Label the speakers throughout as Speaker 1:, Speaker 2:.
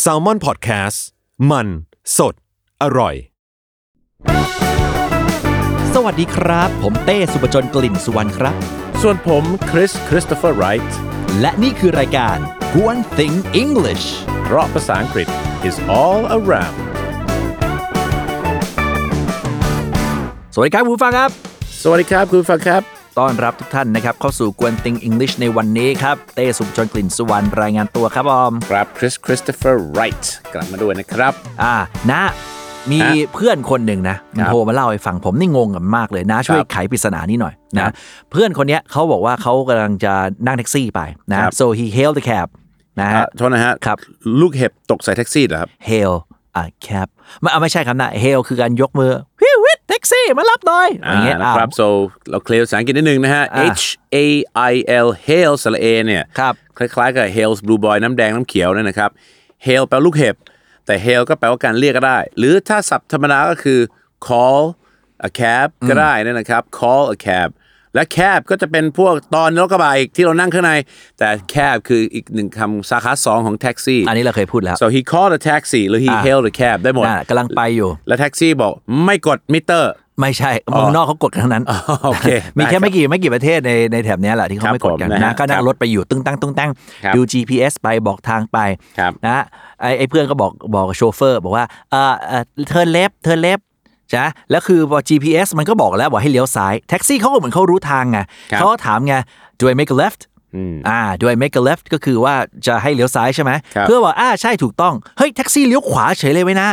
Speaker 1: แซลมอนพอดแคสต์มันสดอร่อย
Speaker 2: สวัสดีครับ ผมเต้สุปจนกลิ่นสุวรรณครับ
Speaker 3: ส่วนผมคริสคริส t ตเฟอร์ไรท์
Speaker 2: และนี่คือรายการ g o n Thing English
Speaker 3: เพราะภาษาอังกฤษ is all around
Speaker 2: สวัสดีครับคุณผู้ฟังครับ
Speaker 3: สวัสดีครับ คุณผู้ฟังครับ
Speaker 2: ต้อนรับทุกท่านนะครับ เข้าสู่ g o n Thing English ในวันนี้ครับ เต้สุปจนกลิ่นสุวรรณรายงานตัวครับออม
Speaker 3: ครับคริสคริส t ตเฟอร์ไรท์กลับมาด้วยนะครับ
Speaker 2: อ่านะมี
Speaker 3: ฮะ
Speaker 2: เพื่อนคนหนึ่งนะมัน
Speaker 3: ครับ
Speaker 2: โทรมาเล่าให้ฟังผมนี่งงกับมันมากเลยนะ ช่วย
Speaker 3: ครับ
Speaker 2: ไขปริศนานี้หน่อย
Speaker 3: ครั
Speaker 2: นะ
Speaker 3: บ
Speaker 2: เพื่อนคนเนี้ยเขาบอกว่าเขากำลังจะนั่งแท็กซี่ไปนะ
Speaker 3: ครับ
Speaker 2: so he hailed the cab นะฮะ
Speaker 3: อ่ะโทษนะฮะ
Speaker 2: ครับ
Speaker 3: ลูกเห็บตกใส่แท็กซี่เหรอครับ
Speaker 2: hail a cab ไม่เอาไม่ใช่ครับนะ hail คือการยกมือฮิวิทแท็กซี่มารับหน่อยอย่างเงี้ย
Speaker 3: นะครับ
Speaker 2: อ้าว
Speaker 3: so เราเคลียร์ภาษาอังกฤษนิดนึงนะฮะ
Speaker 2: อ่า
Speaker 3: H A I L hail สระเอเนี่ย
Speaker 2: ครับ
Speaker 3: คล้ายๆกับ Hales Blue Boy น้ำแดงน้ำเขียวนั่นนะครับ Hail แปลว่าลูกเห็บ แต่ Hail ก็แปลว่าการเรียกก็ได้ หรือถ้าศัพท์ธรรมดาก็คือ call a cab ก็ได้นั่นนะครับ call a cab และ cab ก็จะเป็นพวกตอนรถกระบะอีกที่เรานั่งข้างใน แต่ cab คืออีกหนึ่งคำสาขาสองของแท็กซี่
Speaker 2: อันนี้เราเคยพูดแล้ว
Speaker 3: so he called a taxi หรือ he
Speaker 2: อ่ะ
Speaker 3: hailed a cab ได้หมด
Speaker 2: น่ะกำลังไปอยู่
Speaker 3: และแท็กซี่บอกไม่กดมิเตอร์
Speaker 2: ไม่ใช่เมืองนอกเขากดกันทั้งนั้น
Speaker 3: อ๋อโอเค
Speaker 2: มี
Speaker 3: ได้ค
Speaker 2: แค่
Speaker 3: รับ
Speaker 2: ไม่กี่ไม่กี่ประเทศในในแถบเนี้ยแหละที่เขา
Speaker 3: ครับ
Speaker 2: ไม่กดกัน
Speaker 3: ผมนะ
Speaker 2: นะ
Speaker 3: ฮะ
Speaker 2: ก็นั่
Speaker 3: ครั
Speaker 2: ง
Speaker 3: บ
Speaker 2: รถไปอยู่ตึ้งตั้งตุ้งตั้ง
Speaker 3: ครับ
Speaker 2: ดู GPS ไปบอกทางไป
Speaker 3: ครับ
Speaker 2: นะไอไอเพื่อนก็บอกบอกโชเฟอร์ บอกว่าเออเออเทิร์นเลฟเทิร์นเลฟจ้ะแล้วคือพอ GPS มันก็บอกแล้วบอกให้เลี้ยวซ้ายแท็กซี่เขาก็เหมือนเขารู้ทางไง
Speaker 3: ครับ
Speaker 2: เขาก็ถามไง do I make a left อ่า do I make a left ก็คือว่าจะให้เลี้ยวซ้ายใช่ไหม
Speaker 3: ครับ
Speaker 2: เพื่อนบอกอ่าใช่ถูกต้องเฮ้ยแท็กซี่เลี้ยวขวาเฉยเลยไว้นะ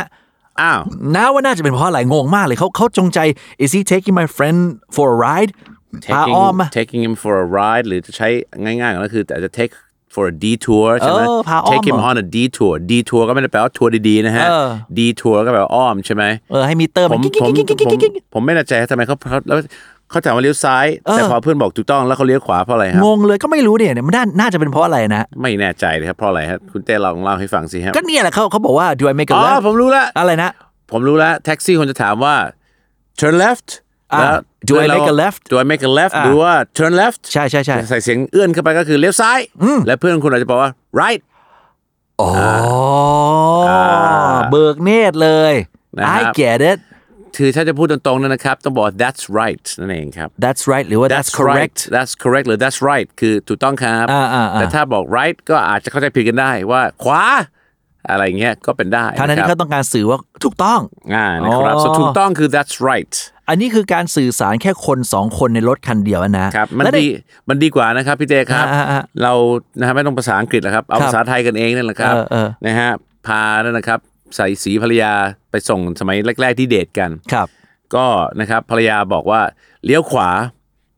Speaker 3: อ้าว
Speaker 2: นะว่าน่าจะเป็นเพราะอะไรงงมากเลยเขาเขาจงใจ is he taking my friend for a ride พา
Speaker 3: taking
Speaker 2: อ้อมมา
Speaker 3: taking him for a ride หรือจะใช้ง่ายๆก็คือแต่จะ take for a detour ใช่ไหม
Speaker 2: เออพาอ้อม
Speaker 3: take him on a detour detour ก็ไม่ได้แปลว่าทัวร์ดีๆนะฮะ
Speaker 2: เออ
Speaker 3: detour ก็แปลว่าอ้อมใช่ไหม
Speaker 2: เออให้มิเตอร์
Speaker 3: ผ
Speaker 2: มัน
Speaker 3: ม
Speaker 2: กิ๊ก
Speaker 3: ผม
Speaker 2: กิ๊กกิ๊ก
Speaker 3: ผม
Speaker 2: กิ๊กกิ๊กกิ๊ก
Speaker 3: ผมไม่แน่ใจทำไมเขาเขาแล้วเขาถามว่าเลี้ยวซ้าย
Speaker 2: เออ
Speaker 3: แต่พอเพื่อนบอกถูกต้องแล้วเขาเลี้ยวขวาเพราะอะไรฮะ
Speaker 2: งงเลยก็ไม่รู้เนี่ยเนี่ยมันน่าน่าจะเป็นเพราะอะไรนะ
Speaker 3: ไม่แน่ใจเลยครับเพราะอะไรฮะคุณเต้ลองเล่าให้ฟังสิฮะ
Speaker 2: ก็เนี่ยแหละเขาเขาบอกว่า do I make a
Speaker 3: อ๋อ
Speaker 2: left
Speaker 3: ผมรู้ละ
Speaker 2: อะไรนะ
Speaker 3: ผมรู้ละแท็กซี่คนจะถามว่า turn left
Speaker 2: อ่า
Speaker 3: แล้ว
Speaker 2: do I make a left?
Speaker 3: do I make a left
Speaker 2: อ่า
Speaker 3: หรือว่า turn left
Speaker 2: ใช่ใช่ใช่
Speaker 3: ใส่เสียงเอื้อนเข้าไปก็คือเลี้ยวซ้าย และเพื่อนคุณอาจจะบอกว่า right
Speaker 2: อ๋ออา เบิกเนตรเลย
Speaker 3: นะครับ
Speaker 2: I get it
Speaker 3: คือถ้าจะพูดตรงๆเนี่ยนะครับ ต้องบอกว่า that's right นั่นเองครับ
Speaker 2: that's right หรือว่า that's
Speaker 3: right
Speaker 2: correct
Speaker 3: that's correct หรือ that's right คือถูกต้องครับ
Speaker 2: อ่าอ่าอ่า
Speaker 3: แต่ถ้าบอก right ก็อาจจะเข้าใจผิดกันได้ว่าขวา อะไรอย่างเงี้ยก็เป็นได้
Speaker 2: ทางนั้น
Speaker 3: นะค
Speaker 2: ที่
Speaker 3: รั
Speaker 2: เขา
Speaker 3: บ
Speaker 2: ต้องการสื่อว่าถูกต้อง
Speaker 3: อ่านะครับ
Speaker 2: อ๋อ
Speaker 3: so ถูกต้องคือ that's right
Speaker 2: อันนี้คือการสื่อสารแค่คนสองคนในรถคันเดียวนะครับ
Speaker 3: มัน
Speaker 2: และใน
Speaker 3: ดีมันดีกว่านะครับพี่เจครับ
Speaker 2: อ่าอ่าอ่า
Speaker 3: เรานะฮะไม่ต้องภาษาอังกฤษแล้วครับ เอา
Speaker 2: ครับ
Speaker 3: ภาษาไทยกันเองนั่นแหละครับ
Speaker 2: เออเออ
Speaker 3: นะฮะพานั่นนะครับ ใส่สีภรรยาไปส่งสมัยแรก ๆ ที่เดทกัน
Speaker 2: ครับ
Speaker 3: ก็นะครับภรรยาบอกว่าเลี้ยวขวา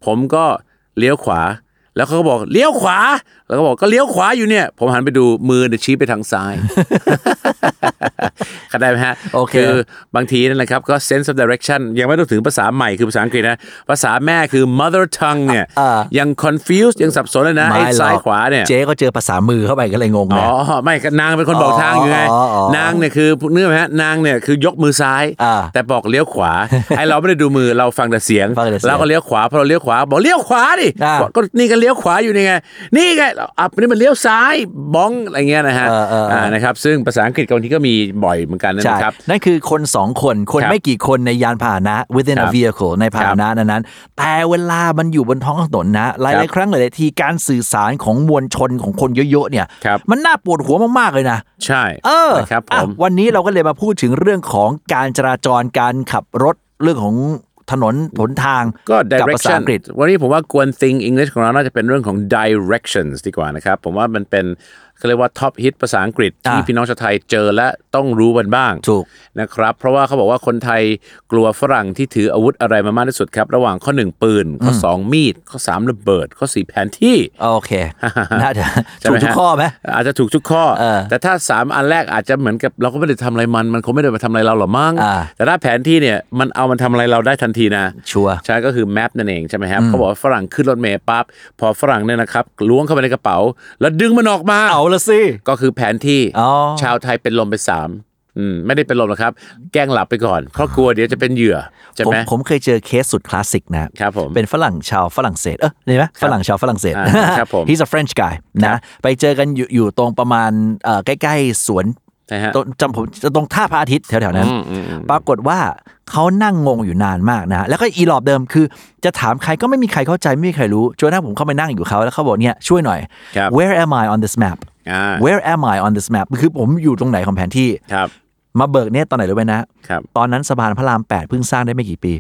Speaker 3: ผมก็เลี้ยวขวา แล้วเขาก็บอกเลี้ยวขวา แล้วก็บอกก็เลี้ยวขวาอยู่เนี่ย ผมหันไปดูมือเนี่ยชี้ไปทางซ้าย เข้าใจไหมฮะ
Speaker 2: โอเค
Speaker 3: อบางทีนั่นแหละครับก็ sense of direction ยังไม่ต้องถึงภาษาใหม่คือภาษาอังกฤษนะ ภาษาแม่คือ mother tongue เนี่ยยัง confused ยังสับสนเลยนะไอ้
Speaker 2: ไม่หร
Speaker 3: ซ้า
Speaker 2: อย ก
Speaker 3: ขวาเนี่ย
Speaker 2: เจ๊ก็เจอภาษามือเข้าไปก็เลยงง
Speaker 3: อ๋
Speaker 2: นะ
Speaker 3: อ ไม่ก็นางเป็นคนบอกทางอยู่ไง
Speaker 2: อ๋ออ๋ออ๋อน
Speaker 3: างเนี่ยคือเนื้อไหมฮะนางเนี่ยคือยกมือซ้าย
Speaker 2: อ่า
Speaker 3: แต่บอกเลี้ยวข วา ไอเราไม่ได้ดูมือเราฟังแต่เสียง
Speaker 2: ฟังแต่เสียง
Speaker 3: เราก็เลี้ยวขวาพอเราเลี้ยวขวาบอกเลี้ยวขวาดิ
Speaker 2: อ่า
Speaker 3: บอกก็นี่ก็เลี้ยวขวาอยู่นี่ไงนี่ไงอับนี่มันเลี้ยวซ้ายบ้องอะไรเงี้ยนะฮะ
Speaker 2: เออเออเอออ่
Speaker 3: นะครับซึ่งภาษาอังกฤษกับบางทีก็มีบ่อยเหมือนกันนะ
Speaker 2: ใช่
Speaker 3: ครับ
Speaker 2: นั่นคือคนสองคนคน
Speaker 3: ครับ
Speaker 2: ไม่กี่คนในยานพาหนะ within
Speaker 3: ครั
Speaker 2: a
Speaker 3: บ
Speaker 2: vehicle ในพาหนะนั้นๆแต่เวลามันอยู่บนท้องถนนนะ หลายๆครั้งหลายๆทีการสื่อสารของมวลชนของคนเยอะๆเนี่ย
Speaker 3: ครับ
Speaker 2: มันน่าปวดหัวมากๆเลยนะ
Speaker 3: ใช่
Speaker 2: เออ
Speaker 3: นะครับผ
Speaker 2: อ่ะ
Speaker 3: ม
Speaker 2: วันนี้เราก็เลยมาพูดถึงเรื่องของการจราจรการขับรถเรื่องของถนนหนทาง
Speaker 3: ก็
Speaker 2: กัภาษา
Speaker 3: direction
Speaker 2: อังกฤษ
Speaker 3: วันนี้ผมว่ากวน thing English ของเราน่าจะเป็นเรื่องของ directions ดีกว่านะครับ ผมว่ามันเป็น เขาเรียกว่าท็อปฮิตภาษาอังกฤษที่
Speaker 2: อ่า
Speaker 3: พี่น้องชาวไทยเจอและต้องรู้กันบ้าง
Speaker 2: ถูก
Speaker 3: นะครับเพราะว่าเขาบอกว่าคนไทยกลัวฝรั่งที่ถืออาวุธอะไรมามากที่สุดครับ ระหว่างข้อ 1 ปืน ข้อ 2 มีด ข้อ 3 ระเบิด ข้อ 4 แผนที่
Speaker 2: โอเค น่าจะ
Speaker 3: ใช่ไห
Speaker 2: ถู
Speaker 3: มฮะ
Speaker 2: กทุกข้อไหม
Speaker 3: อาจจะถูกทุกข้อ
Speaker 2: เออ
Speaker 3: แต่ถ้า 3 อันแรกอาจจะเหมือนกับเราก็ไม่ได้ทำอะไรมัน มันคงไม่ได้มาทำอะไรเราหรอกมั้ง
Speaker 2: อ่า
Speaker 3: แต่ถ้าแผนที่เนี่ยมันเอามันทำอะไรเราได้ทันทีนะ
Speaker 2: ชัวร์
Speaker 3: ใช่ก็คือแมปนั่นเองใช่ไหมครับเขาบอกว่าฝรั่งขึ้นรถเมล์ปั๊บพอฝรั่งเนี่ยนะครับล้วงเข้าไปในกระเป๋า แล้วดึงมันออกมา
Speaker 2: เอาละสิ
Speaker 3: ก็คือแผนที่
Speaker 2: อ๋อ
Speaker 3: ชาวไทยเป็นลมไปสามอืมไม่ได้เป็นลมหรอกครับ แกล้งหลับไปก่อนเพราะกลัวเดี๋ยวจะเป็นเหยื่อใช่
Speaker 2: ผม
Speaker 3: ไหม
Speaker 2: ผมเคยเจอเคสสุดคลาสสิกนะ
Speaker 3: ครับผม
Speaker 2: เป็นฝรั่งชาวฝรั่งเศส เออนี่ไหมฝรั่งชาวฝรั่งเศส
Speaker 3: อ่าครับผม
Speaker 2: he's a French guy นะ ไปเจอกันอยู่อยู่ตรงประมาณเอ่อใกล้ ๆ สวน
Speaker 3: นะฮะ
Speaker 2: ตรงจำผมตรงท่าพระอาทิตย์แถว ๆ นั้น
Speaker 3: อืมอืมอืม
Speaker 2: ปรากฏว่าเขานั่งงงอยู่นานมากนะ แล้วก็อีหลอบเดิมคือ จะถามใครก็ไม่มีใครเข้าใจ ไม่มีใครรู้จนกระทั่งผมเข้าไปนั่งอยู่กับเขาแล้วเขาบอกเนี่ยช่วยหน่อย
Speaker 3: ครับ
Speaker 2: where am I on this map
Speaker 3: อ่า
Speaker 2: where am I on this map คือผมอยู่ตรงไหนของแผนที่
Speaker 3: ครับ
Speaker 2: มาเบิกเนี่ยตอนไหนรู้ไหมนะ
Speaker 3: ครับ
Speaker 2: ตอนนั้นสะพานพระราม 8 เพิ่งสร้างได้ไม่กี่ปี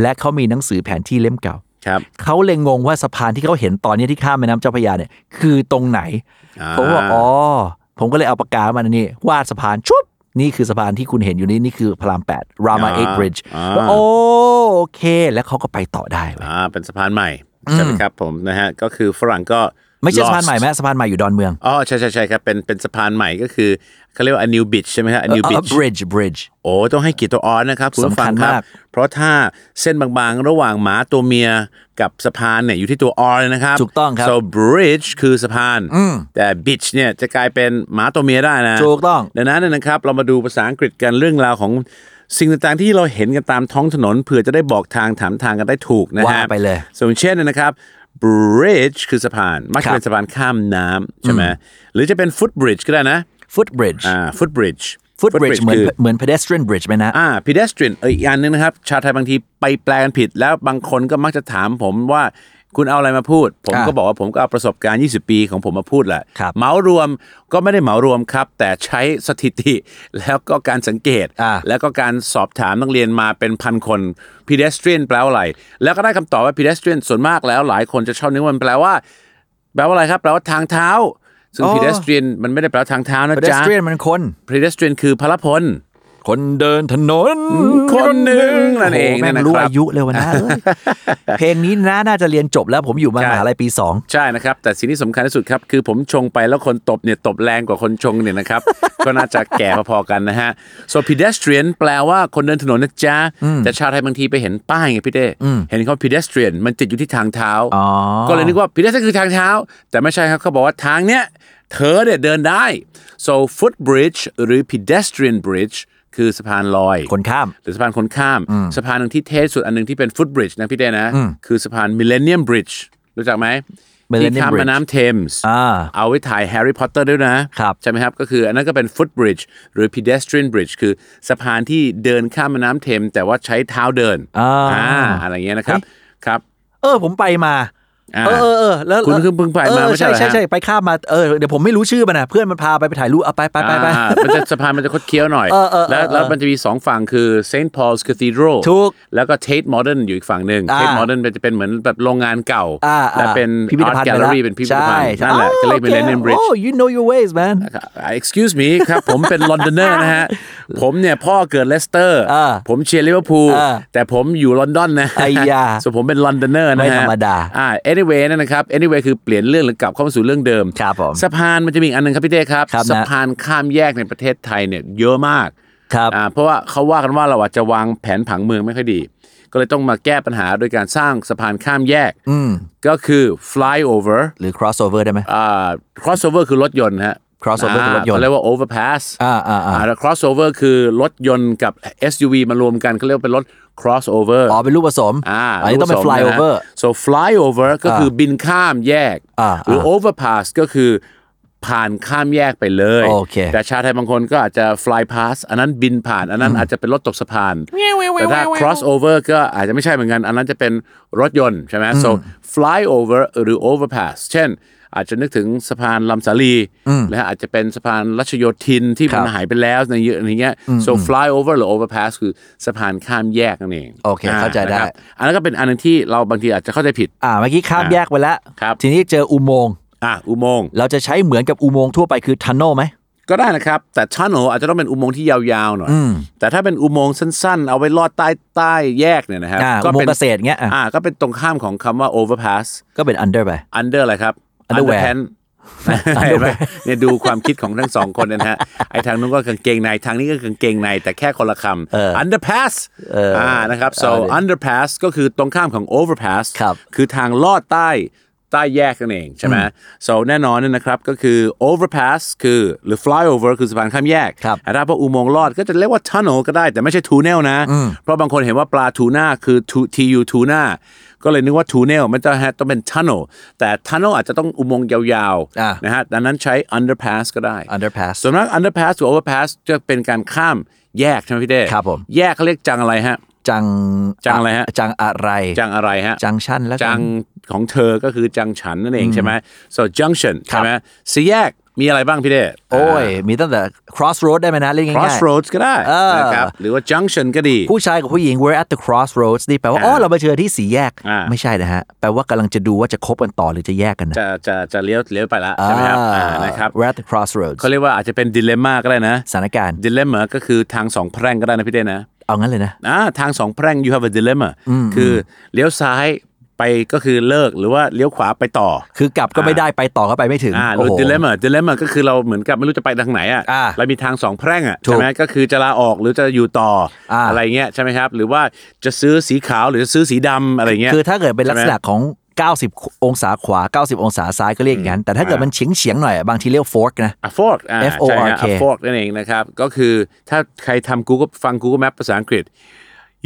Speaker 2: และเขามีหนังสือแผนที่เล่มเก่า
Speaker 3: ครับ
Speaker 2: เขาเลยงงว่าสะพานที่เขาเห็นตอนเนี้ยที่ข้ามแม่น้ำเจ้าพระยาเนี่ยคือตรงไหน
Speaker 3: อ่
Speaker 2: ผมบอกอ๋อผมก็เลยเอาปากกามานี่วาดสะพานชุบนี่คือสะพานที่คุณเห็นอยู่นี่นี่คือพระราม8 Rama 8 Bridge
Speaker 3: อ่า
Speaker 2: แล้วโอเค แล้วเขาก็ไปต่อได้เว้ย
Speaker 3: อ่าเป็นสะพานใหม่ใช่ไหมครับผมนะฮะก็คือฝรั่งก็
Speaker 2: ไม่ใช่
Speaker 3: lost
Speaker 2: สะพานใหม่ไหมสะพานใหม่อยู่ดอนเมือง
Speaker 3: อ๋อใช่ใช่ใช่ครับเป็นเป็นสะพานใหม่ก็คือเขาเรียกว่า a new beach ใช่ไหมครับ a
Speaker 2: เอ่
Speaker 3: new
Speaker 2: อ
Speaker 3: beach
Speaker 2: bridge bridge
Speaker 3: โอ้ต้องให้เกียรติตัวออนนะครับคุณผู้ฟัง
Speaker 2: สำคัญ
Speaker 3: ครั
Speaker 2: มา
Speaker 3: บ
Speaker 2: ก
Speaker 3: เพราะถ้าเส้นบางๆ ระหว่างหมาตัวเมียกับสะพานเนี่ยอยู่ที่ตัวออนนะครับ
Speaker 2: ถูกต้องครับ
Speaker 3: so bridge คือสะพาน แต่ beach เนี่ยจะกลายเป็นหมาตัวเมียได้นะ
Speaker 2: ถูกต้อง
Speaker 3: ดังนั้นเนยนะครับเรามาดูภาษาอังกฤษกันเรื่องราวของสิ่งต่างๆ ที่เราเห็นกันตามท้องถนนเผื่อจะได้บอกทางถามทางกันได้ถูกนะ
Speaker 2: ว่า
Speaker 3: ฮะ
Speaker 2: ไปเลย
Speaker 3: ส่วนเช่นนะครับ bridge คือสะพาน มักจะเป็นสะพานข้ามน้ำใช่ไหมหรือจะเป็น foot bridge ก็ได้นะ
Speaker 2: foot bridge
Speaker 3: อ่า foot bridge
Speaker 2: foot bridge เหมือน
Speaker 3: คื
Speaker 2: เหมือน pedestrian bridge ไหมนะ
Speaker 3: อ่า pedestrian เอออีกอันหนึงนะครับ ชาวไทยบางทีไปแปลกันผิด แล้วบางคนก็มักจะถามผมว่าคุณเอาอะไรมาพูด ผมก็
Speaker 2: อ่า
Speaker 3: บอกว่าผมก็เอาประสบการณ์ 20 ปีของผมมาพูดแหละ
Speaker 2: ครับ
Speaker 3: เหมารวมก็ไม่ได้เหมารวมครับ แต่ใช้สถิติ แล้วก็การสังเกต
Speaker 2: อ่า
Speaker 3: แล้วก็การสอบถามนักเรียนมาเป็นพันคน pedestrian แปลว่าอะไร แล้วก็ได้คำตอบว่า pedestrian ส่วนมากแล้วหลายคนจะชอบนึกว่ามันแปลว่า แปลว่าอะไรครับ แปลว่าทางเท้า ซึ่ง
Speaker 2: อ๋อ
Speaker 3: pedestrian มันไม่ได้แปลว่าทางเท้านะจ๊ะ
Speaker 2: pedestrian มันคน
Speaker 3: pedestrian คือพลพล
Speaker 2: คนเดินถนน
Speaker 3: คนหนึ่งนั่นเอง
Speaker 2: โโหแม่
Speaker 3: นะครับ
Speaker 2: รู้อายุเลยวันน้า เอ้ย เพลงนี้นะน่าจะเรียนจบแล้วผมอยู่มา
Speaker 3: ใช่
Speaker 2: มหาลัยปีสอง
Speaker 3: ใช่นะครับ แต่สิ่งที่สำคัญที่สุดครับ คือผมชงไปแล้วคนตบเนี่ย ตบแรงกว่าคนชงเนี่ยนะครับ ก็น่าจะแก่พอๆกันนะฮะ so pedestrian แปลว่าคนเดินถนนนะจ๊ะ แต่ชาวไทยบางทีไปเห็นป้ายไงพี่เต้เห็นเขา pedestrian มันติดอยู่ที่ทางเท้า
Speaker 2: อ๋อ
Speaker 3: ก็เลยนึกว่า pedestrian คือทางเท้า แต่ไม่ใช่ครับเขาบอกว่าทางเนี้ย เธอเนี่ยเดินได้ so foot bridge หรือ pedestrian bridge คือสะพานลอย
Speaker 2: คนข้าม
Speaker 3: หรือสะพานคนข้าม สะพานหนึ่งที่เทสสุดอันหนึ่งที่เป็นฟุตบริดจ์นะพี่เต้นะ คือสะพานมิเลเนียมบริดจ์รู้จักไหม
Speaker 2: Millennium
Speaker 3: ที่ข้าม
Speaker 2: Bridge
Speaker 3: แม่น้ำเทมส์
Speaker 2: อ่า
Speaker 3: เอาไว้ถ่ายแฮร์รี่พอตเตอร์ด้วยนะครับ ใช่ไหมครับ ก็คืออันนั้นก็เป็นฟุตบริดจ์หรือ pedestrian bridge คือสะพานที่เดินข้ามแม่น้ำเทมส์แต่ว่าใช้เท้าเดิน
Speaker 2: อ่า
Speaker 3: อ่าอะไรอย่างเงี้ยนะครับครับ
Speaker 2: เออผมไปมา
Speaker 3: อ่า
Speaker 2: เออเออเออแล้ว
Speaker 3: คุณเพิ่งเพิ่งไปมา
Speaker 2: เออ
Speaker 3: ไม่ใช่
Speaker 2: ใช่
Speaker 3: เหรอฮะ
Speaker 2: ใช่ใช่ไปข้ามมาเออเดี๋ยวผมไม่รู้ชื่อมันนะเพื่อนมันพาไปไปถ่ายรูปเอาไปไปไปไป
Speaker 3: อ่ามันจะ สะพานมันจะคดเคี้ยวหน่อย
Speaker 2: เออเออ
Speaker 3: แล้ว
Speaker 2: เออ
Speaker 3: แล้วมันจะมีสองฝั่งคือ St. Paul's Cathedral
Speaker 2: ถูก
Speaker 3: แล้วก็ Tate Modern อยู่อีกฝั่งหนึ่ง
Speaker 2: อ่า
Speaker 3: Tate Modern มันจะเป็นเหมือนแบบโรงงานเก่า
Speaker 2: อ่าอ่า
Speaker 3: และเป็น
Speaker 2: พิพิธ
Speaker 3: Art
Speaker 2: ภัณฑ์
Speaker 3: Gallery
Speaker 2: ไะ
Speaker 3: เป็นพิพิธภัณฑ์
Speaker 2: ใช่
Speaker 3: นั่นแหละ
Speaker 2: อ๋อ
Speaker 3: ก็เลยเป็น
Speaker 2: โอ
Speaker 3: Millennium Bridge
Speaker 2: โอ้ you know your ways man
Speaker 3: อ่า excuse me ครับ ผมเป็น Londoner นะ ฮะ ผมเนี่ยพ่อเกิดเลสเตอร์
Speaker 2: อ่า
Speaker 3: ผมเชียร์ลิเวอร์พูล
Speaker 2: อ่า
Speaker 3: แต่ผมอยู่ลอนดอนนะ
Speaker 2: ไอ้ยา
Speaker 3: ส่วนผมเป็น Londoner นะฮะ
Speaker 2: ไม่ธรรมดา
Speaker 3: อ่า anyway นั่นนะครับ anyway คือเปลี่ยนเรื่องหรือกลับเข้ามาสู่เรื่องเดิม
Speaker 2: ครับผม
Speaker 3: สะพานมันจะมีอีกอันหนึงครับพี่เต้ครับ
Speaker 2: ครับนะ
Speaker 3: สะพานข้ามแยกในประเทศไทยเนี่ยเยอะมาก
Speaker 2: ครับ
Speaker 3: อ่าเพราะว่าเขาว่ากันว่าเราอาจจะวางแผนผังเมืองไม่ค่อยดี ก็เลยต้องมาแก้ปัญหาโดยการสร้างสะพานข้ามแยก
Speaker 2: อืม
Speaker 3: ก็คือ flyover
Speaker 2: หรือ crossover ได้ไหม
Speaker 3: อ่า crossover คือรถยนต์ฮะ
Speaker 2: crossover คือรถยนต์
Speaker 3: เขาเรียกว่า overpass
Speaker 2: อ่าอ่าอ่า
Speaker 3: แล้ว crossover คือรถยนต์กับ SUV มารวมกันเขาเรียกว่าเป็นรถ crossover
Speaker 2: อ๋อเป็นรูปผสม
Speaker 3: อ่า
Speaker 2: อันนี้ต้องเป็น
Speaker 3: รูสมะฮะ
Speaker 2: flyover
Speaker 3: so flyover ก็คือบินข้ามแยก
Speaker 2: อ่า
Speaker 3: หรือ overpass ก็คือผ่านข้ามแยกไปเลย
Speaker 2: โอเค
Speaker 3: แต่ชาวไทยบางคนก็อาจจะ fly pass อันนั้นบินผ่าน อันนั้นอาจจะเป็นรถตกสะพาน แต่ถ้า crossover ก็อาจจะไม่ใช่เหมือนกัน อันนั้นจะเป็นรถยนต์ใช่ไหม so flyover หรือ overpass เช่น อาจจะนึกถึงสะพานลำสาลีนะฮะอาจจะเป็นสะพานรัชโยธินที่มันหายไปแล้วในเยอะอะไรเงี้ย so flyover หรือ overpass คือสะพานข้ามแยกนั่นเอง
Speaker 2: โอเคเข้าใจได้
Speaker 3: นะครับอันนั้นก็เป็นอันหนึงที่เราบางทีอาจจะเข้าใจผิด
Speaker 2: อ่าเมื่อกี้ข้าม
Speaker 3: อ่า
Speaker 2: แยกไปแล้ว
Speaker 3: ครับ
Speaker 2: ทีนี้เจออุโมงค์
Speaker 3: อ่ะอุโมงค์
Speaker 2: เราจะใช้เหมือนกับอุโมงค์ทั่วไปคือทันโนไหม
Speaker 3: ก็ได้นะครับ แต่ชันโนอาจจะต้องเป็นอุโมงค์ที่ยาวๆหน่อย
Speaker 2: อืม
Speaker 3: แต่ถ้าเป็นอุโมงค์สั้น ๆ เอาไว้ลอดใต้ใต้แยกเนี่ยนะครับ
Speaker 2: อ่า
Speaker 3: ก็
Speaker 2: อุโมง
Speaker 3: เป็น
Speaker 2: ค์เกษตรเงี้ยอ่ะ
Speaker 3: อ่าก็เป็นตรงข้ามของคำว่า overpass
Speaker 2: ก็เป็น under ไป
Speaker 3: under อะไรครับ
Speaker 2: Underwear
Speaker 3: Underpants เห็นไหม เนี่ยดูความคิดของทั้งสองคนนะฮะไอ้ทางนู้นก็กางเกงในทางนี้ก็กางเกงในแต่แค่คนละคำ underpass อ่านะครับ so underpass ก็คือตรงข้ามของ overpass
Speaker 2: ครับ
Speaker 3: คือทางลอดใต้ใต้แยกนั่นเองใช่ไหม so แน่นอนเนี่ยนะครับก็คือ overpass คือหรือ flyover คือสะพานข้ามแยก
Speaker 2: ครับ
Speaker 3: แต่ถ้าพวกอุโมงค์ลอดก็จะเรียกว่า tunnel ก็ได้แต่ไม่ใช่ tunnel นะ เพราะบางคนเห็นว่าปลาทูน่าคือ tu- tu tuna ก็เลยนึกว่า tunnel มันจะต้องเป็น tunnel แต่ tunnel อาจจะต้องอุโมงค์ยาว
Speaker 2: อ่ะ
Speaker 3: นะฮะดังนั้นใช้ underpass ก็ได้
Speaker 2: underpass
Speaker 3: ส่วนมาก underpass หรือ overpass จะเป็นการข้ามแยกใช่ไหมพี่เด้
Speaker 2: ครับผม
Speaker 3: แยกเขาเรียกจังอะไรฮะ
Speaker 2: จัง
Speaker 3: จังอะไรฮะ
Speaker 2: จังอะไร
Speaker 3: จังอะไรฮะ
Speaker 2: junction แล้วกัน
Speaker 3: จังของเธอก็คือจังฉันนั่นเองใช่ไหม so junction
Speaker 2: ครับ
Speaker 3: ใช่ไหมสี่แยกมีอะไรบ้างพี่เด้
Speaker 2: โอ้ย มีตั้งแต่ crossroad ได้ไหมนะเรียกง่ายๆ
Speaker 3: crossroads ก็ได้
Speaker 2: เออ
Speaker 3: นะครับหรือว่า junction ก็ดี
Speaker 2: ผู้ชายกับผู้หญิง we're at the crossroads นี่แปลว่า
Speaker 3: อ่า
Speaker 2: อ๋อ เรามาเจอที่สี่แยก
Speaker 3: อ่า
Speaker 2: ไม่ใช่นะฮะ แปลว่ากำลังจะดูว่าจะคบกันต่อหรือจะแยกกันนะ
Speaker 3: จะจะจะเลี้ยวเลี้ยวไปละใช่ไหมครับอ่านะครับ
Speaker 2: อ่า we're at the crossroads
Speaker 3: เขาเรียกว่าอาจจะเป็นดิเลมม่าก็ได้นะ
Speaker 2: สถานการณ์
Speaker 3: ดิเลมม่าก็คือทางสองแพร่งก็ได้นะพี่เต้นะ
Speaker 2: เอางั้นเลยนะ
Speaker 3: อ่าทางสองแพร่ง you have a dilemma คือเลี้ยวซ้ายไปก็คือเลิกหรือว่าเลี้ยวขวาไปต่อ
Speaker 2: คือกลับก็ไม่ได้ไปต่อก็ไปไม่ถึง
Speaker 3: อ่าห
Speaker 2: โอ้
Speaker 3: รือ
Speaker 2: โห
Speaker 3: dilemma dilemma ก็คือเราเหมือนกับไม่รู้จะไปทางไหนอ่ะ
Speaker 2: อ่า
Speaker 3: เรามีทางสองแพร่งอ่ะ
Speaker 2: ถูก
Speaker 3: ใช่ไหมก็คือจะลาออกหรือจะอยู่ต่ออา อะไรเงี้ยใช่ไหมครับ หรือว่าจะซื้อสีขาวหรือจะซื้อสีดำอะไรเงี้ย
Speaker 2: คือถ้าเกิดเป็นลักษณะ
Speaker 3: ใช่ไหม
Speaker 2: ของ 90 องศาขวา 90 องศาซ้ายก็เรียกอย่างนั้น แต่ถ้าเกิดมันเฉียงเฉียงๆหน่อยอะบางทีเรียก fork นะ
Speaker 3: a f f o r d อ่า
Speaker 2: F O R K
Speaker 3: ใช่ฮะ afford นั่นเองนะครับ ก็คือถ้าใครทำ Google ฟัง Google Map ภาษาอังกฤษ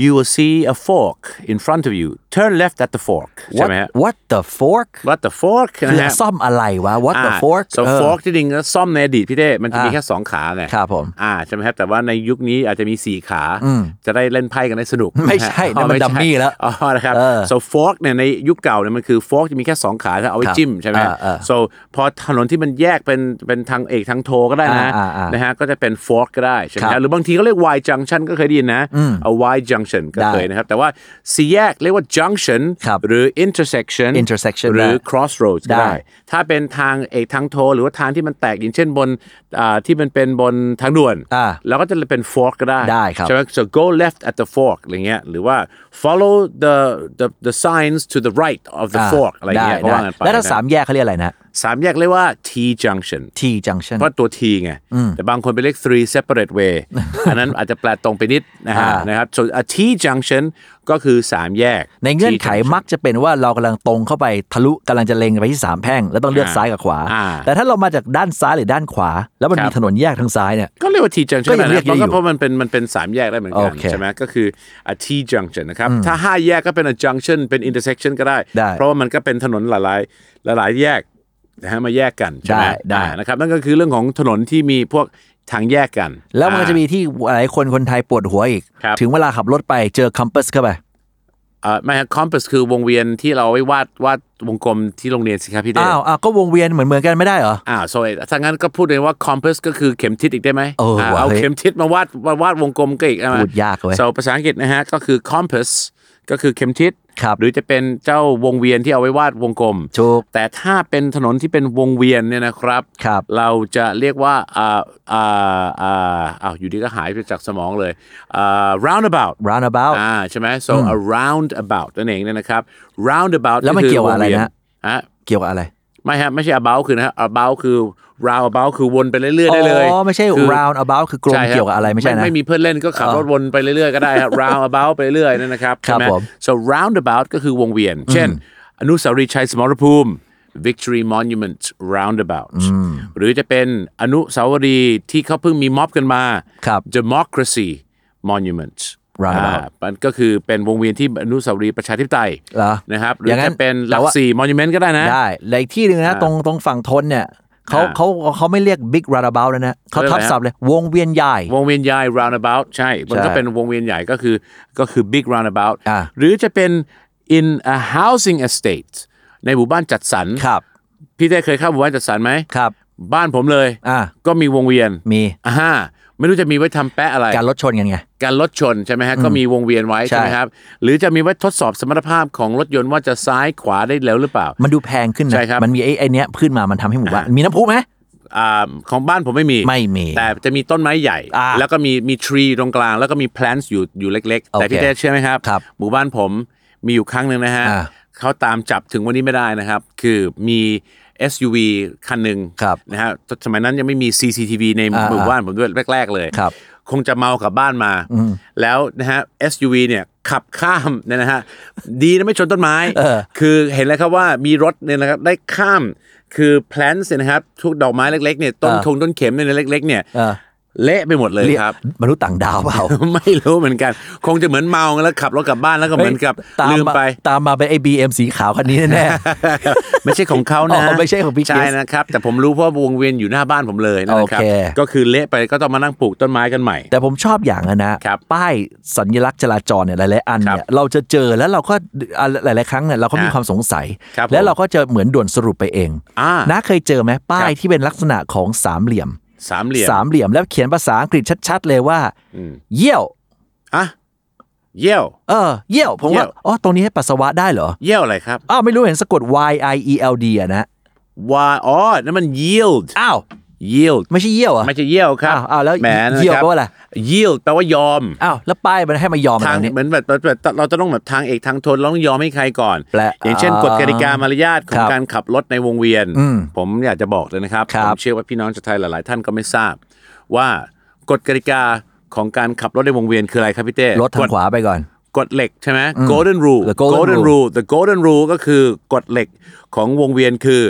Speaker 3: you will see a fork in front of you turn left at the fork ใช่
Speaker 2: what
Speaker 3: ไหมฮะ
Speaker 2: what the fork
Speaker 3: what the fork
Speaker 2: คือ
Speaker 3: นะฮะ
Speaker 2: ซ่อมอะไรวะ what
Speaker 3: อ่า
Speaker 2: the fork
Speaker 3: so
Speaker 2: เออ
Speaker 3: fork จริงๆก็ซ่อมในอดีตพี่เต้มันจะมี
Speaker 2: อ่า
Speaker 3: แค่สองขาไง
Speaker 2: ครับผม
Speaker 3: อ่าใช่ไหมครับแต่ว่าในยุคนี้อาจจะมีสี่ขา จะได้เล่นไพ่กันได้สนุก
Speaker 2: ไม่ใช่นั่นมัน
Speaker 3: อ๋อไใช่
Speaker 2: ดัมมี่แล้ว
Speaker 3: อ๋อนะครับ
Speaker 2: เออ
Speaker 3: so fork เนี่ยในยุคเก่าเนี่ยมันคือ fork จะมีแค่สองขาถ้าเอาไว้
Speaker 2: ครับ
Speaker 3: จิ้มใช่ไหม
Speaker 2: เออเออ
Speaker 3: so พอถนนที่มันแยกเป็นเป็นทางเอกทางโทก็ได้นะ
Speaker 2: อ่าอ่าอ่าน
Speaker 3: นะฮะก็จะเป็น fork ก็ได้ใช่ไหม
Speaker 2: ครั
Speaker 3: ฮะ
Speaker 2: บ
Speaker 3: หรือบางทีก็เรียก y junction ก็เคยได้ยินนะ a y junction ก็
Speaker 2: ได้
Speaker 3: เคยนะครับ แต่ว่าสี่แยกเรียกว่า junction
Speaker 2: ครับ
Speaker 3: หรือ intersection
Speaker 2: intersection
Speaker 3: หรือ
Speaker 2: ได้
Speaker 3: crossroads ก็
Speaker 2: ได้
Speaker 3: ได้ ถ้าเป็นทางเอกทางโทหรือว่าทางที่มันแตกอย่างเช่นบนอ่าที่มันเป็นบนทางด่วน
Speaker 2: อ่า
Speaker 3: เราก็จะเป็น fork ก็ได้
Speaker 2: ได้ครับ
Speaker 3: ใช่ไหม so go left at the fork อะไรเงี้ยหรือว่า follow the the the signs to the right of the
Speaker 2: อ่า
Speaker 3: fork อะไรเงี้ย
Speaker 2: ด้
Speaker 3: ก็ว่ากันไป
Speaker 2: ด้แล้วถ้า
Speaker 3: นะ
Speaker 2: สามแยกเขาเรียกอะไรนะ
Speaker 3: สามแยกเรียกว่า T junction
Speaker 2: T junction
Speaker 3: เพราะตัว T ไง แต่บางคนไปเรียก three separate way อันนั้นอาจจะแปลตรงไปนิดนะฮะ
Speaker 2: อ่าน
Speaker 3: นะครับ so a T junction ก็คือสามแยก
Speaker 2: ในเงื่อนไข
Speaker 3: T junction
Speaker 2: มักจะเป็นว่าเรากำลังตรงเข้าไปทะลุกำลังจะเล็งไปที่สามแพร่ง แล้วต้องเลือก
Speaker 3: อ่า
Speaker 2: ซ้ายกับขวา
Speaker 3: อ่า
Speaker 2: แต่ถ้าเรามาจากด้านซ้ายหรือด้านขวา แล้วมัน
Speaker 3: ครับ
Speaker 2: มีถนนแยกทางซ้ายเนี่ย
Speaker 3: ก็เรียกว่า T
Speaker 2: ก็
Speaker 3: junction
Speaker 2: ยังเรียก
Speaker 3: นะมัน
Speaker 2: อยู่
Speaker 3: ก็เพราะมันเป็นมันเป็นสามแยกได้เหมือนกัน
Speaker 2: โอเค
Speaker 3: ใช่ไหมก็คือ a T junction นะครับ ถ้าห้าแยกก็เป็น a junction เป็น intersection ก็ได้
Speaker 2: ได้
Speaker 3: เพราะว่ามันก็เป็นถนนหลายๆหลายๆแยกนะฮะมาแยกกันใช่ไหม
Speaker 2: ได้ได้
Speaker 3: อ่านะครับนั่นก็คือเรื่องของถนนที่มีพวกทางแยกกัน
Speaker 2: แล้วมันก็จะมีที่หลายคนคนไทยปวดหัวอีก
Speaker 3: ครับ
Speaker 2: ถึงเวลาขับรถไปเจอ compass เข้าไป
Speaker 3: เอ่อไม่ครับคอมปัสคือวงเวียนที่เราเอาไว้วาดวาดวงกลมที่โรงเรียนสิครับพี่เดช
Speaker 2: อ้าวอ้าวก็วงเวียนเหมือนเหมือนกันไม่ได้เหรอ
Speaker 3: อ้าวโซยถ้างั้นก็พูดเลยว่าคอมปัสก็คือเข็มทิศอีกได้ไหม
Speaker 2: เออ
Speaker 3: า
Speaker 2: ว่ะ
Speaker 3: เอา
Speaker 2: เฮ้ย
Speaker 3: เข็มทิศมาวาดมาวาดวงกลมก็อีกนะ
Speaker 2: พูดยากเว้ย
Speaker 3: โซภาษาอังกฤษนะฮะก็คือคอมปัสก็คือเข็มทิศ
Speaker 2: ครับ
Speaker 3: หรือจะเป็นเจ้าวงเวียนที่เอาไว้วาดวงกลม
Speaker 2: ถูก
Speaker 3: แต่ถ้าเป็นถนนที่เป็นวงเวียนเนี่ยนะครับ
Speaker 2: ครับ
Speaker 3: เราจะเรียกว่าอ่าอ่าอ่าอ้าวอยู่ดีก็หายไปจากสมองเลยอ่า roundabout
Speaker 2: roundabout
Speaker 3: อ่าใช่ไหม so a roundabout นั่นเองเนี่ยนะครับ roundabout
Speaker 2: แล้วมัน
Speaker 3: คื
Speaker 2: เกี่ยวกับอะไรนะ
Speaker 3: วงเยฮะ
Speaker 2: เกี่ยวกับอะไร
Speaker 3: ไม่ฮะไม่ใช่ about คือนะฮะ about คือ roundabout คือวนไปเรื่อยๆได้เลย
Speaker 2: อ๋อ ไม่ใช่
Speaker 3: คือ
Speaker 2: round about คือกลม
Speaker 3: ใช่ฮ
Speaker 2: เกี่ยวกับอะไรไม่ใช่นะ
Speaker 3: ไม่มีเพื่อนเล่นก็ขับรถวนไปเรื่อยๆก็ได้ครับ roundabout ไปเรื่อยๆนั่นนะครับ
Speaker 2: ครับ
Speaker 3: ใช่ไหม
Speaker 2: ผม
Speaker 3: so roundabout ก็คือวงเวียน เช่น อนุสาวรีย์ชัยสมรภูมิ Victory Monument Roundabout หรือจะเป็นอนุสาวรีย์ที่เขาเพิ่งมีม็อบกันมา
Speaker 2: ครับ
Speaker 3: Democracy Monument
Speaker 2: Roundabout
Speaker 3: อ่ามันก็คือเป็นวงเวียนที่อนุสาวรีย์ประชาธิปไตย
Speaker 2: เหรอ
Speaker 3: นะครับหรืออย่าง
Speaker 2: นั้
Speaker 3: จะ
Speaker 2: น
Speaker 3: เป็นหลั
Speaker 2: แต่
Speaker 3: ก
Speaker 2: ว่า
Speaker 3: สี่ Monument ก็ได้นะ
Speaker 2: ได้และอีกที่หนึ่งนะ
Speaker 3: อ่า
Speaker 2: ตรงตรงฝั่งทนเนี่ยเขา
Speaker 3: อ่า
Speaker 2: เขาเขาไม่เรียก big roundabout แล้วนะเขา
Speaker 3: เขาเรียก
Speaker 2: ทับ
Speaker 3: อะไรฮะ
Speaker 2: ศัพท์เลย วงเวียนใหญ่
Speaker 3: วงเวียนใหญ่ roundabout ใช่ มันก็
Speaker 2: ใช่
Speaker 3: เป็นวงเวียนใหญ่ก็คือก็คือ big roundabout
Speaker 2: อ่ะ
Speaker 3: หรือจะเป็น in a housing estate ในหมู่บ้านจัดสรร
Speaker 2: ครับ
Speaker 3: พี่เต้เคยเข้าหมู่บ้านจัดสรรไหม
Speaker 2: ครับ
Speaker 3: บ้านผมเลย
Speaker 2: อ่า
Speaker 3: ก็มีวงเวียน
Speaker 2: มี
Speaker 3: อ่าไม่รู้จะมีไว้ทำแปะอะไร
Speaker 2: การรถชนกันไง
Speaker 3: การลดชนใช่ไหมฮะก็มีวงเวียนไว้
Speaker 2: ใช่
Speaker 3: ใช่ไหมครับ หรือจะมีไว้ทดสอบสมรรถภาพของรถยนต์ว่าจะซ้ายขวาได้แล้วหรือเปล่า
Speaker 2: มันดูแพงขึ้นนะ
Speaker 3: ใช่ครับ
Speaker 2: มันมีไอ้ไอ้เนี้ยขึ้นมามันทำให้หมู่บ้านมีน้ำพุไหม
Speaker 3: อ่าของบ้านผมไม่มี
Speaker 2: ไม่มี
Speaker 3: แต่จะมีต้นไม้ใหญ่
Speaker 2: อ่า
Speaker 3: แล้วก็มีมีทรีตรงกลาง แล้วก็มี plants อยู่อยู่เล็ก ๆ
Speaker 2: โอเค
Speaker 3: แต่พี่เต้เชื่อไหมครับ
Speaker 2: ครับ
Speaker 3: หมู่บ้านผมมีอยู่ครั้งหนึ่งนะฮะ
Speaker 2: อ่า
Speaker 3: เขาตามจับถึงวันนี้ไม่ได้นะครับ คือมี SUV คันหนึ่ง
Speaker 2: ครับ
Speaker 3: นะฮะสมัยนั้นยังไม่มี CCTV ใน
Speaker 2: อ่า
Speaker 3: หมู่บ้านผมด้วยแรก ๆ เลย
Speaker 2: ครับ
Speaker 3: คงจะเมากลับบ้านมา แล้วนะฮะ SUV เนี่ยขับข้าม เนี่ยนะฮะดีนะไม่ชนต้นไม้
Speaker 2: เออ
Speaker 3: คือเห็นแล้วครับว่ามีรถเนี่ยนะครับได้ข้ามคือ plants เนี่ยนะครับทุกดอกไม้เล็กๆเนี่ยต้น
Speaker 2: อ่า
Speaker 3: คงต้นเข็มเนี่ยเล็ก ๆ เนี่ย
Speaker 2: เออ
Speaker 3: เละไปหมดเลย
Speaker 2: เรียก
Speaker 3: ครับ
Speaker 2: มนุษย์ต่างดาวเปล่า
Speaker 3: ไม่รู้เหมือนกัน คงจะเหมือนเมาแล้วขับรถกลับบ้านแล้วก็เหมือนกับ
Speaker 2: ตา
Speaker 3: ลืมไป
Speaker 2: ตามมาเป็นไอ้บีเอ็มสีขาวคันนี้แน่
Speaker 3: ไม่ใช่ของเขานะ
Speaker 2: อ๋อไม่ใช่ของพี่
Speaker 3: ใช่
Speaker 2: เกส
Speaker 3: นะครับ แต่ผมรู้เพราะวงเวียนอยู่หน้าบ้านผมเลยนะครั
Speaker 2: โอเค
Speaker 3: ก็คือเละไปก็ต้องมานั่งปลูกต้นไม้กันใหม่
Speaker 2: ๆแต่ผมชอบอย่างอะนะครับ ป้ายสัญลักษณ์จราจรเนี่ยหลายๆอันเนี่
Speaker 3: ครั
Speaker 2: ย
Speaker 3: บ
Speaker 2: เราจะเจอแล้วเราก็อ่ะหลายๆครั้งเนี่ยเราก็มี
Speaker 3: ฮะ
Speaker 2: ความสงสัย
Speaker 3: ครับ
Speaker 2: แล้วเราก็จะเหมือนด่วนสรุปไปเอง
Speaker 3: อ่า
Speaker 2: นะเคยเจอไหมป้า
Speaker 3: ครั
Speaker 2: ย
Speaker 3: บ
Speaker 2: ที่เป็นลักษณะของสามเหลี่ยม
Speaker 3: สามเหลี่ยม
Speaker 2: สามเหลี่ยมแล้วเขียนภาษาอังกฤษชัดๆเลยว่า
Speaker 3: อืม
Speaker 2: เยี่ยว
Speaker 3: อ่ะเยี่ยว
Speaker 2: เออ เยี่ยว ผมว่า
Speaker 3: เยี่ยว
Speaker 2: อ๋อตรงนี้ให้ปัสสาวะได้เหรอ
Speaker 3: เยี่ยวอะไรครับ
Speaker 2: อ้าวไม่รู้เห็นสะกด y i e l d อะนะ
Speaker 3: ว่าอ๋อนั่นมัน yield
Speaker 2: อ้าว
Speaker 3: yield
Speaker 2: ไม่ใช่เยี่ยวเหรอ่ะ
Speaker 3: ไม่ใช่เยี่ยวครับ
Speaker 2: อ้าวอ้าวแล้ว
Speaker 3: หมนคบ
Speaker 2: เยี่ยวแปลว่าอะไร
Speaker 3: yield แปลว่ายอม
Speaker 2: อ้าวแล้วป้ายมันให้มายอม
Speaker 3: ทา
Speaker 2: ทาง งนี้
Speaker 3: เหมือนแบบแบบเราจะต้องแบบทางเอกทางทนเราต้องยอมให้ใครก่อน
Speaker 2: แปล
Speaker 3: อย่างเช่น
Speaker 2: อ่าก
Speaker 3: ฎกติกามารยาทของ
Speaker 2: ครับ
Speaker 3: การขับรถในวงเวียน
Speaker 2: อืม
Speaker 3: ผมอยากจะบอกเลยนะครับ
Speaker 2: ครั
Speaker 3: ผ
Speaker 2: บ
Speaker 3: มเชื่อว่าพี่น้องชาวไทยหลาย ๆ ท่านก็ไม่ทราบ ว่ากฎกติกาของการขับรถในวงเวียนคืออะไรครับพี่เต้
Speaker 2: รถทาง
Speaker 3: กฎ
Speaker 2: ขวาไปก่อน
Speaker 3: กฎเหล็กใช่ไหม golden rule
Speaker 2: The golden
Speaker 3: rule the golden rule ก็คือกฎเหล็กของวงเวียนคือ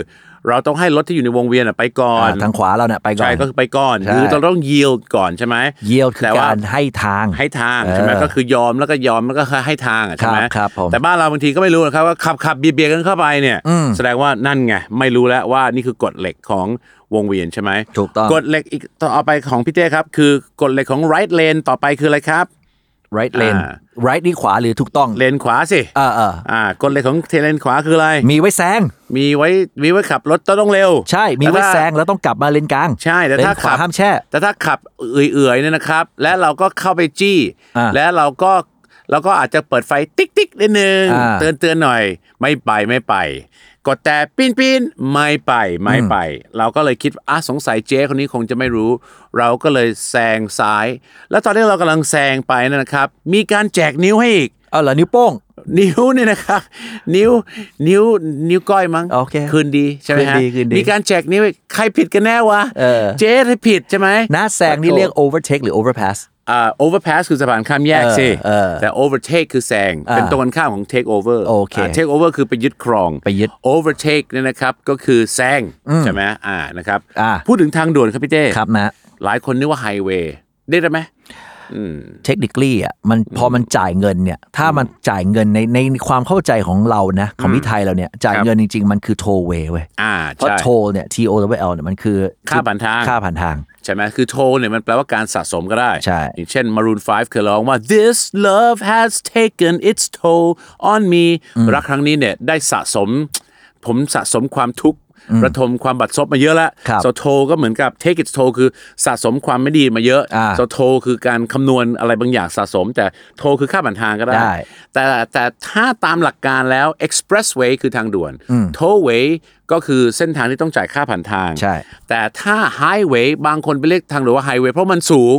Speaker 3: เราต้องให้รถที่อยู่ในวงเวียนอะไปก่อน
Speaker 2: อ่าทางขวาเราเนี่ยไปก่อน
Speaker 3: ใช่ก็คือไปก่อน
Speaker 2: ใช่
Speaker 3: คือเราต้อง yield ก่อนใช่ไหม
Speaker 2: เยี่ยวคือ
Speaker 3: แต่ว่
Speaker 2: การให้ทาง
Speaker 3: ให้ทาง
Speaker 2: เออ
Speaker 3: ใช่ไหมก็คือยอมแล้วก็ยอมแล้วก็ให้ทางอ่ะใช่ไหม
Speaker 2: ครับครับผม
Speaker 3: แต่บ้านเราบางทีก็ไม่รู้นะครับว่าขับขับเบียดเบียดกันเข้าไปเนี่ย
Speaker 2: อืม
Speaker 3: แสดงว่านั่นไงไม่รู้แล้วว่านี่คือกฎเหล็กของวงเวียนใช่ไหม
Speaker 2: ถูกต้อง
Speaker 3: กฎเหล็กอีกต่อไปของพี่เต้ครับคือกฎเหล็กของ right lane ต่อไปคืออะไรครับ
Speaker 2: right lane
Speaker 3: อ่า
Speaker 2: right นี่ขวาหรือถูกต้อง
Speaker 3: เลนขวาสิ
Speaker 2: เออเออ
Speaker 3: อ่ากฎเหล็กของเทเลนขวาคืออะไร
Speaker 2: มีไว้แซง
Speaker 3: มีไว้มีไว้ขับรถต้องเร็ว
Speaker 2: ใช่ มีไว้
Speaker 3: ต่ถ้า
Speaker 2: แซงแล้วต้องกลับมาเลนกลาง
Speaker 3: ใช่แต่
Speaker 2: เลน
Speaker 3: ถ้า
Speaker 2: ข
Speaker 3: ขั
Speaker 2: วา
Speaker 3: บ
Speaker 2: ห้ามแช่
Speaker 3: แต่ถ้าขับเอื่อยๆเนี่ยนะครับ และเราก็เข้าไปจี้
Speaker 2: อ่า
Speaker 3: และเราก็เราก็อาจจะเปิดไฟติ๊กติ๊กนิดนึง
Speaker 2: อ่า
Speaker 3: เตือนเตือนหน่อย ไม่ไปไม่ไป กดแต่ปิ้นปิ้นไม่ไปไม่ไป เราก็เลยคิดว่าอ่ะสงสัยเจ๊คนนี้คงจะไม่รู้ เราก็เลยแซงซ้าย แล้วตอนที่เรากำลังแซงไปเนยนะครับ มีการแจกนิ้วให้อีก
Speaker 2: เอาเหรอนิ้วโป้ง
Speaker 3: นิ้วเนี่ยนะครับ นิ้วนิ้วนิ้วก้อยมั้ง
Speaker 2: โอเค
Speaker 3: คืนดีใช่ไหมฮะ
Speaker 2: คืนดีคืนดี
Speaker 3: มีการแจกนิ้วอีกใครผิดกันแน่วะ
Speaker 2: เออ
Speaker 3: เจ๊ที่ผิดใช่ไหม
Speaker 2: หน้าแซงนี่เรียก overtake หรือ overpass
Speaker 3: อ่า overpass คือสะพานข้ามแยกสิ
Speaker 2: เออเออ
Speaker 3: แต่ overtake คือแซง
Speaker 2: อ่า
Speaker 3: เป็นตรงกันข้ามของ take over
Speaker 2: โอเค
Speaker 3: า take over คือไปยึดครอง
Speaker 2: ไปยึด
Speaker 3: overtake เนี่ยนะครับก็คือแซง ใช่ไหมอ่านะครับ
Speaker 2: อ่า
Speaker 3: พูดถึงทางด่วนครับพี่เต้
Speaker 2: ครับนะ
Speaker 3: หลายคนนึกว่าไฮเวย์ได้ไหม
Speaker 2: เทคนิคลี่อ่ะมันพอมันจ่ายเงินเนี่ยถ้ามันจ่ายเงินในในความเข้าใจของเรานะของที่ไทยเราเนี่ยจ่าย
Speaker 3: ครับ
Speaker 2: เงินจริง ๆ มันคือโทเวเว้ย
Speaker 3: อ่า
Speaker 2: เพราะ
Speaker 3: ใช่
Speaker 2: โทเนี่ย T O W L เนี่ยมันคือ
Speaker 3: ค่าผ่านทาง
Speaker 2: ค่าผ่านทาง
Speaker 3: ใช่ไหมคือโทเนี่ยมันแปลว่าการสะสมก็ได้
Speaker 2: ใช่
Speaker 3: อย่างเช่น Maroon 5 เคยร้องว่า this love has taken its toll on me รักครั้งนี้เนี่ยได้สะสม ผมสะสมความทุกข์ระทมความบัดซบมาเยอะแล้ว
Speaker 2: ครับ
Speaker 3: โซโทก็เหมือนกับ take its toll คือสะสมความไม่ดีมาเยอะ
Speaker 2: อ่า
Speaker 3: โซโทคือการคำนวณอะไรบางอย่างสะสม แต่โทคือค่าผ่านทางก็ได้
Speaker 2: ได้
Speaker 3: แต่แต่ถ้าตามหลักการแล้ว expressway คือทางด่วน tollway ก็คือเส้นทางที่ต้องจ่ายค่าผ่านทาง
Speaker 2: ใช่
Speaker 3: แต่ถ้าไฮเวย์บางคนไปเรียกทางหรือว่าไฮเวย์เพราะมันสูง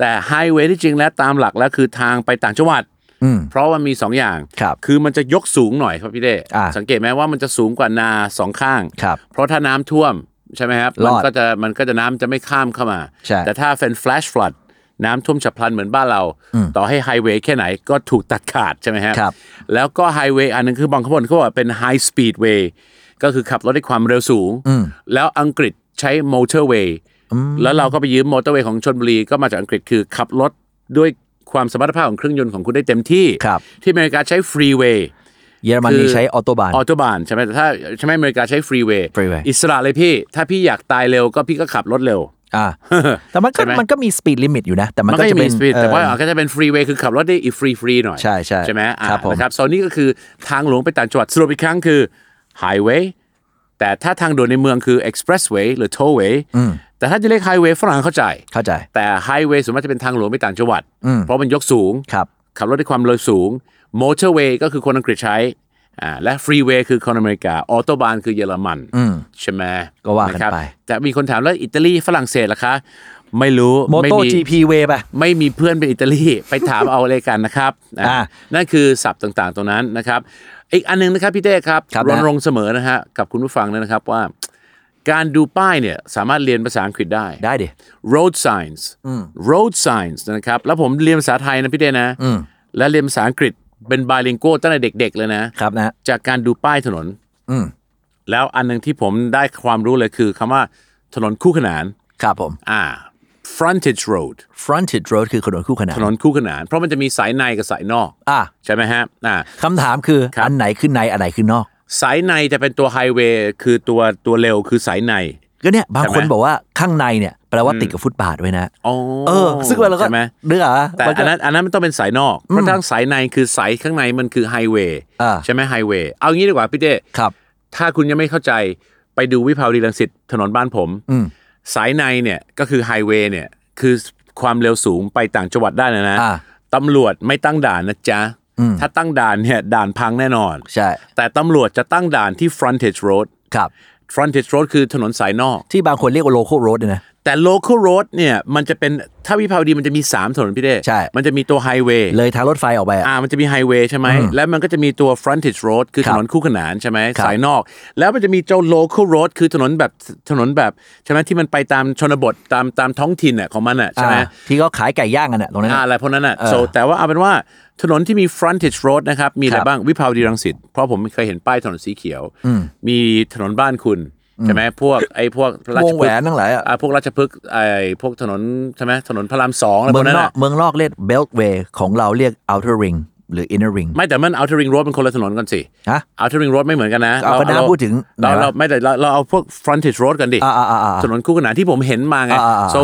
Speaker 3: แต่ไฮเวย์ที่จริงแล้วตามหลักแล้วคือทางไปต่างจังหวัด
Speaker 2: อืม
Speaker 3: เพราะมันมีสองอย่าง
Speaker 2: ครับ
Speaker 3: อมันจะยกสูงหน่อยครับพี่เด้
Speaker 2: อ่า
Speaker 3: สังเกตไหมว่ามันจะสูงกว่านาสองข้าง
Speaker 2: ครับ
Speaker 3: เพราะถ้าน้ำท่วมใช่ไหมครับ
Speaker 2: ร
Speaker 3: มั
Speaker 2: อด
Speaker 3: ก็จะมันก็จะน้ำจะไม่ข้ามเข้ามา
Speaker 2: ใช่
Speaker 3: แต่ถ้าเป็น flash flood น้ำท่วมฉับพลันเหมือนบ้านเรา ต่อให้ไฮเวย์แค่ไหนก็ถูกตัดขาดใช่ไหมฮะ
Speaker 2: ครับ
Speaker 3: แล้วก็ไฮเวย์อันหนึงคือบางขบวนเขาบอกว่าเป็นไฮสปีดเวย์ก็คือขับรถด้วยความเร็วสูง แล้วอังกฤษใช้มอเตอร์เวย์แล้วเราก็ไปยืมมอเตอร์เวย์ของชนบุรีก็มาจากอังกฤษคือขับรถด้วยความสมรรถภาพของเครื่องยนต์ของคุณได้เต็มที่
Speaker 2: ครับ
Speaker 3: ที่อเมริกาใช้ฟรีเวย์
Speaker 2: เยอรมนี
Speaker 3: คือ
Speaker 2: ใช้ออโตบาน
Speaker 3: ออโตบานใช่ไหมแต่ถ้าใช่ไหมอเมริกาใช้ฟรีเวย์
Speaker 2: freeway
Speaker 3: อิสระเลยพี่ ถ้าพี่อยากตายเร็วก็พี่ก็ขับรถเร็ว
Speaker 2: อ่าแต่มันก็
Speaker 3: ใช่ไหม
Speaker 2: มันก็มีสปีดลิมิตอยู่นะ แต่มัน
Speaker 3: มัน
Speaker 2: ก็
Speaker 3: ก็
Speaker 2: จะ
Speaker 3: จะ
Speaker 2: เป็
Speaker 3: มี
Speaker 2: น
Speaker 3: สปีด
Speaker 2: เอ่อ
Speaker 3: แต่ว่าก็จะเป็นฟรีเวย์คือขับรถได้อีฟรีฟรีหน่อย
Speaker 2: ใช่ใช่
Speaker 3: ใช่ไหมอ่า
Speaker 2: ครับผม
Speaker 3: นะครับโซนนี้ก็คือทางหลวงไปต่างจังหวัดสรุปอีกครั้งคือไฮเวย์ แต่ถ้าทางด่วนในเมืองคือ expressway หรือ tollway แต่ถ้าจะเรียก highway ฝรั่งเข้าใจ
Speaker 2: เข้าใจ
Speaker 3: แต่ highway ส่วนมากจะเป็นทางหลวงไปต่างจังหวัด
Speaker 2: อืม
Speaker 3: เพราะมันยกสูง
Speaker 2: ครับ
Speaker 3: ขับรถด้วยความเร็วสูง motorway ก็คือคนอังกฤษใช้อ่าและ freeway คือคนอเมริกา ออโตบานคือเยอรมัน
Speaker 2: อืม
Speaker 3: ใช่ไหม
Speaker 2: ก็ว่ากันะครับ ไป
Speaker 3: แต่มีคนถามแล้วอิตาลีฝรั่งเศสล่ะคะ ไม่รู้
Speaker 2: โม
Speaker 3: ไม่
Speaker 2: โต
Speaker 3: มี
Speaker 2: GP เวป่ะ
Speaker 3: ไม่มีเพื่อนเป็นอิตาลี ไปถามเอาเลยกันนะครับนะ
Speaker 2: อ่า
Speaker 3: นั่นคือศัพท์ต่างๆตรงนั้นนะครับ อีกอันหนึงนะครับพี่เต้ครับ
Speaker 2: ครับ
Speaker 3: รณรงค์เสมอนะฮะกับคุณผู้ฟังเลยนะครับว่า การดูป้ายเนี่ยสามารถเรียนภาษาอังกฤษได้
Speaker 2: ได้ดิ
Speaker 3: road signs road signs นะครับ แล้วผมเรียนภาษาไทยนะพี่เต้นะ และเรียนภาษาอังกฤษเป็นบ i l i n g u a l ตั้งแต่เด็ก ๆ เลยนะ
Speaker 2: ครับนะ
Speaker 3: จากการดูป้ายถนน
Speaker 2: อืม
Speaker 3: แล้วอันหนึงที่ผมได้ความรู้เลยคือคำว่าถนนคู่ขนาน
Speaker 2: ครับผม
Speaker 3: อ่า frontage road
Speaker 2: frontage road คือถนนคู่ขนาน
Speaker 3: ถนนคู่ขนาน เพราะมันจะมีสายในกับสายนอก
Speaker 2: อ่ะ
Speaker 3: ใช่ไหมฮะอ่า
Speaker 2: คำถามคือ
Speaker 3: ครับ
Speaker 2: อันไหนคือในอันไหนคือนอก
Speaker 3: สายในจะเป็นตัวไฮเวย์คือตัวตัวเร็วคือสายใน
Speaker 2: ก็เนี่ย บางคน
Speaker 3: ใช่ไหม
Speaker 2: บอกว่าข้างในเนี่ยแปลว่าติดกับฟุตบาทไว้นะ
Speaker 3: อ๋อ
Speaker 2: เออ ซึ่งเราก็
Speaker 3: ใช่ไหม
Speaker 2: เนื้อ
Speaker 3: แต่
Speaker 2: มันก็
Speaker 3: อันนั้นอันนั้นมันต้องเป็นสายนอกเพราะทั้งสายในคือสายข้างในมันคือไฮเวย์
Speaker 2: อ่า
Speaker 3: ใช่ไหมไฮเวย์เอางี้ดีกว่าพี่เต้
Speaker 2: ครับ
Speaker 3: ถ้าคุณยังไม่เข้าใจไปดูวิภาวดีรังสิตถนนบ้านผม
Speaker 2: อืม
Speaker 3: สายในเนี่ยก็คือไฮเวย์เนี่ยคือความเร็วสูงไปต่างจังหวัดได้นะนะ
Speaker 2: อ่า
Speaker 3: ตำรวจไม่ตั้งด่านนะจ๊ะ
Speaker 2: อืม
Speaker 3: ถ้าตั้งด่านเนี่ยด่านพังแน่นอน
Speaker 2: ใช่
Speaker 3: แต่ตำรวจจะตั้งด่านที่ frontage road
Speaker 2: ครับ
Speaker 3: frontage road คือถนนสายนอก
Speaker 2: ที่บางคนเรียกว่า local road เนี่ยนะ
Speaker 3: แต่ local road เนี่ยมันจะเป็นถ้าวิภาวดีมันจะมี 3 ถนนพี่เด้
Speaker 2: ใช่
Speaker 3: มันจะมีตัวไฮเวย์
Speaker 2: เลยทางรถไฟออกไปอ่ะ
Speaker 3: อ่ามันจะมีไฮเวย์ใช่ไหม แล้วมันก็จะมีตัว frontage road คือ
Speaker 2: ครั
Speaker 3: ถ
Speaker 2: บ
Speaker 3: นนคู่ขนานใช่ไหม
Speaker 2: ครับ
Speaker 3: สายนอก แล้วมันจะมีเจ้า local road คือถนนแบบถนนแบบใช่ไหมที่มันไปตามชนบทตามตามท้องถิ่นอ่ะของมันอ่ะใช่ไหม
Speaker 2: อ่าที่ก็ขายไก่ย่างกันอ่ะตรงนั้น
Speaker 3: อ่า
Speaker 2: อ่ะ
Speaker 3: อะไรพวกนั้นอ่ะ
Speaker 2: เออ
Speaker 3: โซแต่ว่าเอาเป็นว่าถนนที่มี frontage road นะครับ มีอะไร
Speaker 2: ครับ
Speaker 3: บ้างวิภาวดีรังสิตเพราะผมเคยเห็นป้ายถนนสีเขียว มีถนนบ้านคุณ ใช่ไหมพวกไอ้พวกราช
Speaker 2: วง
Speaker 3: พฤ
Speaker 2: แหว
Speaker 3: กษ์
Speaker 2: นทั้งหลายอ่ะ
Speaker 3: พวกราชพฤกษ์ไอ้พวกถนนใช่ไหมถนนพระรามสองอะไรพ
Speaker 2: เมื
Speaker 3: ว
Speaker 2: อก ง
Speaker 3: นั้น
Speaker 2: นอก
Speaker 3: อ่ะ
Speaker 2: เมืองนอกเรียก beltway ของเราเรียก outer ring หรือ inner ring
Speaker 3: ไม่แต่มัน outer ring road เป็นคนละถนนกันสิ
Speaker 2: ฮะ
Speaker 3: outer ring road ไม่เหมือนกันนะ
Speaker 2: เอาก็น่า
Speaker 3: เร
Speaker 2: พูดถึง
Speaker 3: เรา
Speaker 2: ไหนวะ
Speaker 3: เราไม่แต่เราเราเอาพวก frontage road กันดิ
Speaker 2: อ่าอ่าอ่าอ่า
Speaker 3: ถนนคู่ขนานที่ผมเห็นมาไง
Speaker 2: อ่าอ่าอ่า
Speaker 3: so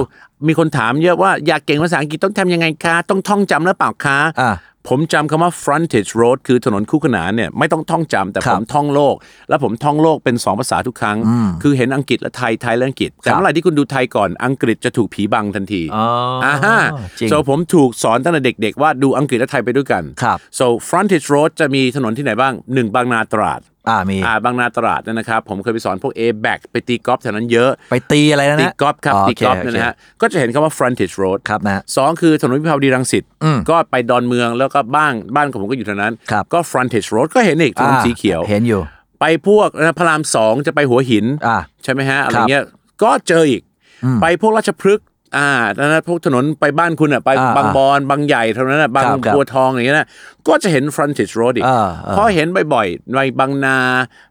Speaker 3: มีคนถามเยอะว่าอยากเก่งภาษาอังกฤษต้องทำยังไงคะต้องท่องจำหรือเปล่าคะ
Speaker 2: อ่า
Speaker 3: ผมจำคำว่า frontage road คือถนนคู่ขนานเนี่ยไม่ต้องท่องจำแต่
Speaker 2: ครั
Speaker 3: ผ
Speaker 2: บ
Speaker 3: มท่องโลก แล้วผมท่องโลกเป็น 2 ภาษาทุกครั้ง คือเห็นอังกฤษและไทย ไทยและอังกฤษ แต่
Speaker 2: ครับ
Speaker 3: เมื่อไหร่ที่คุณดูไทยก่อนอังกฤษจะถูกผีบังทันที
Speaker 2: อ๋ออ่
Speaker 3: ฮะ
Speaker 2: จริง
Speaker 3: โซผมถูกสอนตั้งแต่เด็ก ๆ ว่าดูอังกฤษและไทยไปด้วยกัน
Speaker 2: ครับ
Speaker 3: so frontage road จะมีถนนที่ไหนบ้างหนึ่งบางนาตราด
Speaker 2: อ่ามี
Speaker 3: อ่าบางนาตราดเนยนะครับผมเคยไปสอนพวก A back ไปตีกอล์ฟแถวนั้นเยอะ
Speaker 2: ไปตีอะไรนะ
Speaker 3: ตี
Speaker 2: นะ
Speaker 3: กอล์ฟครับ
Speaker 2: โ
Speaker 3: ตีกอล์ฟ
Speaker 2: โค
Speaker 3: เนี่ยนะฮะก็จะเห็นคำว่า frontage road
Speaker 2: ครับนะ
Speaker 3: สองคือถนนวิภาวดีรังสิตก็ไปดอนเมืองแล้วก็บ้านบ้านของผมก็อยู่แถวนั้น
Speaker 2: ครับ
Speaker 3: ก็ frontage road ก็เห็นอีกถนน
Speaker 2: อ่า
Speaker 3: สีเขียว
Speaker 2: เห็นอยู่
Speaker 3: ไปพวกนะพระรามสองจะไปหัวหิน
Speaker 2: อ่า
Speaker 3: ใช่ไหมฮะ อะไร
Speaker 2: ครับ
Speaker 3: เงี้ยก็เจออีก ไปพวกราชพฤกษ์อ่านะพวกถนนไปบ้านคุณอ่ะไป
Speaker 2: อ่า
Speaker 3: บางบอนบางใหญ่เท่านั้นอ่ะบาง
Speaker 2: ครับครับ
Speaker 3: บัวทองอย่างเงี้ยนะก็จะเห็น frontage road อีก
Speaker 2: อ่าอ่า
Speaker 3: เพราะเห็นบ่อยๆในบางนา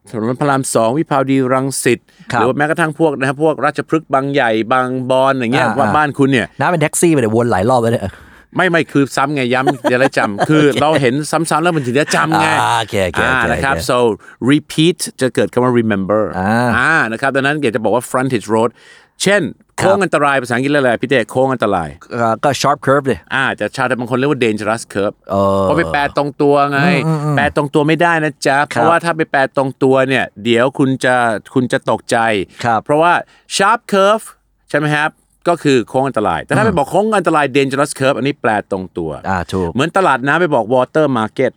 Speaker 3: ถนนพระรามสองวิภาวดีรังสิต
Speaker 2: ครั
Speaker 3: ห
Speaker 2: บ
Speaker 3: รือว่าแม้กระทั่งพวกนะฮะพวกราชพฤกษ์บางใหญ่ บางบอนอย่างเงี้ย
Speaker 2: อ่า
Speaker 3: ว่า
Speaker 2: อ่า
Speaker 3: บ้านคุณเนี่ย
Speaker 2: น้าเป็นแท็กซี่ไปเดี๋ยววนหลายรอบไปเนี่ย
Speaker 3: ไม่ไม่คือซ้ำไงย้ำ จะได้จำคือเราเห็นซ้ำๆแล้วมันถึงจะจำไง
Speaker 2: อ่าโอเคโอเคโอเค
Speaker 3: อ่านะครับ
Speaker 2: โอเค
Speaker 3: so repeat จะเกิดคำว่า remember
Speaker 2: อ่า
Speaker 3: นะครับดังนั้นอยากจะบอกว่า frontage road เช่น
Speaker 2: ครับ
Speaker 3: โค้งอันตรายภาษาอังกฤษเรียกอะไรพี่เต้โค้งอันตราย
Speaker 2: เอ่อก็ sharp curve เลย
Speaker 3: อ่าแต่ชาวไทยบางคนเรียกว่า dangerous curve
Speaker 2: เออ
Speaker 3: เพราะไปแปลตรงตัวไง แปลตรงตัวไม่ได้นะจ๊ะ เพราะว่าถ้าไปแปลตรงตัวเนี่ย เดี๋ยวคุณจะคุณจะตกใจ
Speaker 2: ครับ
Speaker 3: เพราะว่า sharp curve ใช่ไหมครับ ก็คือโค้งอันตราย แต่ถ้าไปบอกโค้งอันตราย dangerous curve อันนี้แปลตรงตัว
Speaker 2: อ่าถูก
Speaker 3: เหมือนตลาดน้ำไปบอก water market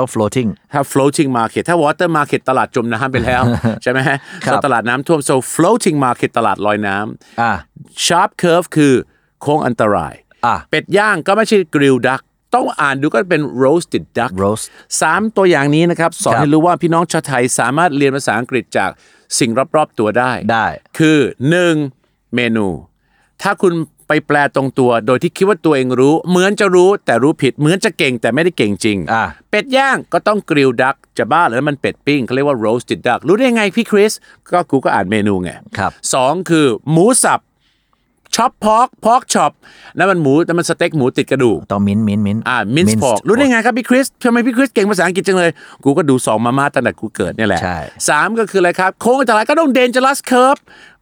Speaker 2: ต้อง floating
Speaker 3: ถ้า floating market ถ้า water market ตลาดจมน้ำไป แล้ว ใช่ไหมฮะ
Speaker 2: ครับ
Speaker 3: ตลาดน้ำท่วม so floating market ตลาดลอยน้ำ
Speaker 2: อ่า
Speaker 3: sharp curve คือโค้งอันตราย
Speaker 2: อ่า
Speaker 3: เป็ดย่างก็ไม่ใช่ grill duck ต้องอ่านดูก็เป็น roasted duck
Speaker 2: roast
Speaker 3: สามตัวอย่างนี้นะครับ สอน
Speaker 2: ครับ
Speaker 3: ให้รู้ว่าพี่น้องชาวไทยสามารถเรียนภาษาอังกฤษจากสิ่งรอบๆตัวได้
Speaker 2: ได้
Speaker 3: คือ 1. เมนู ถ้าคุณไปแปลตรงตัว โดยที่คิดว่าตัวเองรู้ เหมือนจะรู้แต่รู้ผิด เหมือนจะเก่งแต่ไม่ได้เก่งจริง
Speaker 2: อ่า
Speaker 3: เป็ดย่างก็ต้องกริลดักจะบ้าเหรือมันเป็ดปิ้งเขาเรียกว่า roasted duck รู้ได้ไงพี่คริส ก็กูก็อ่านเมนูไง
Speaker 2: ครับ
Speaker 3: สองคือหมูสับ ช็อปพอกพอกช็อปนั่นมันหมูแต่มันสเต็กหมูติดกระดูก
Speaker 2: ต่อมิ้นท์มิ้นท์มิ้นท์
Speaker 3: อ่ามินส์
Speaker 2: Minced
Speaker 3: พอกรู้ได้ไงครับพี่คริสทำไมพี่คริสเก่งภาษาอังกฤษจังเลย กูก็ดูสองมาม่าตั้งแต่กูเกิดเนี่ยแหละ
Speaker 2: ใช่
Speaker 3: สามก็คืออะไรครับ โค้งอันตรายก็ต้องเดนจ r ลัสเคิร์ฟ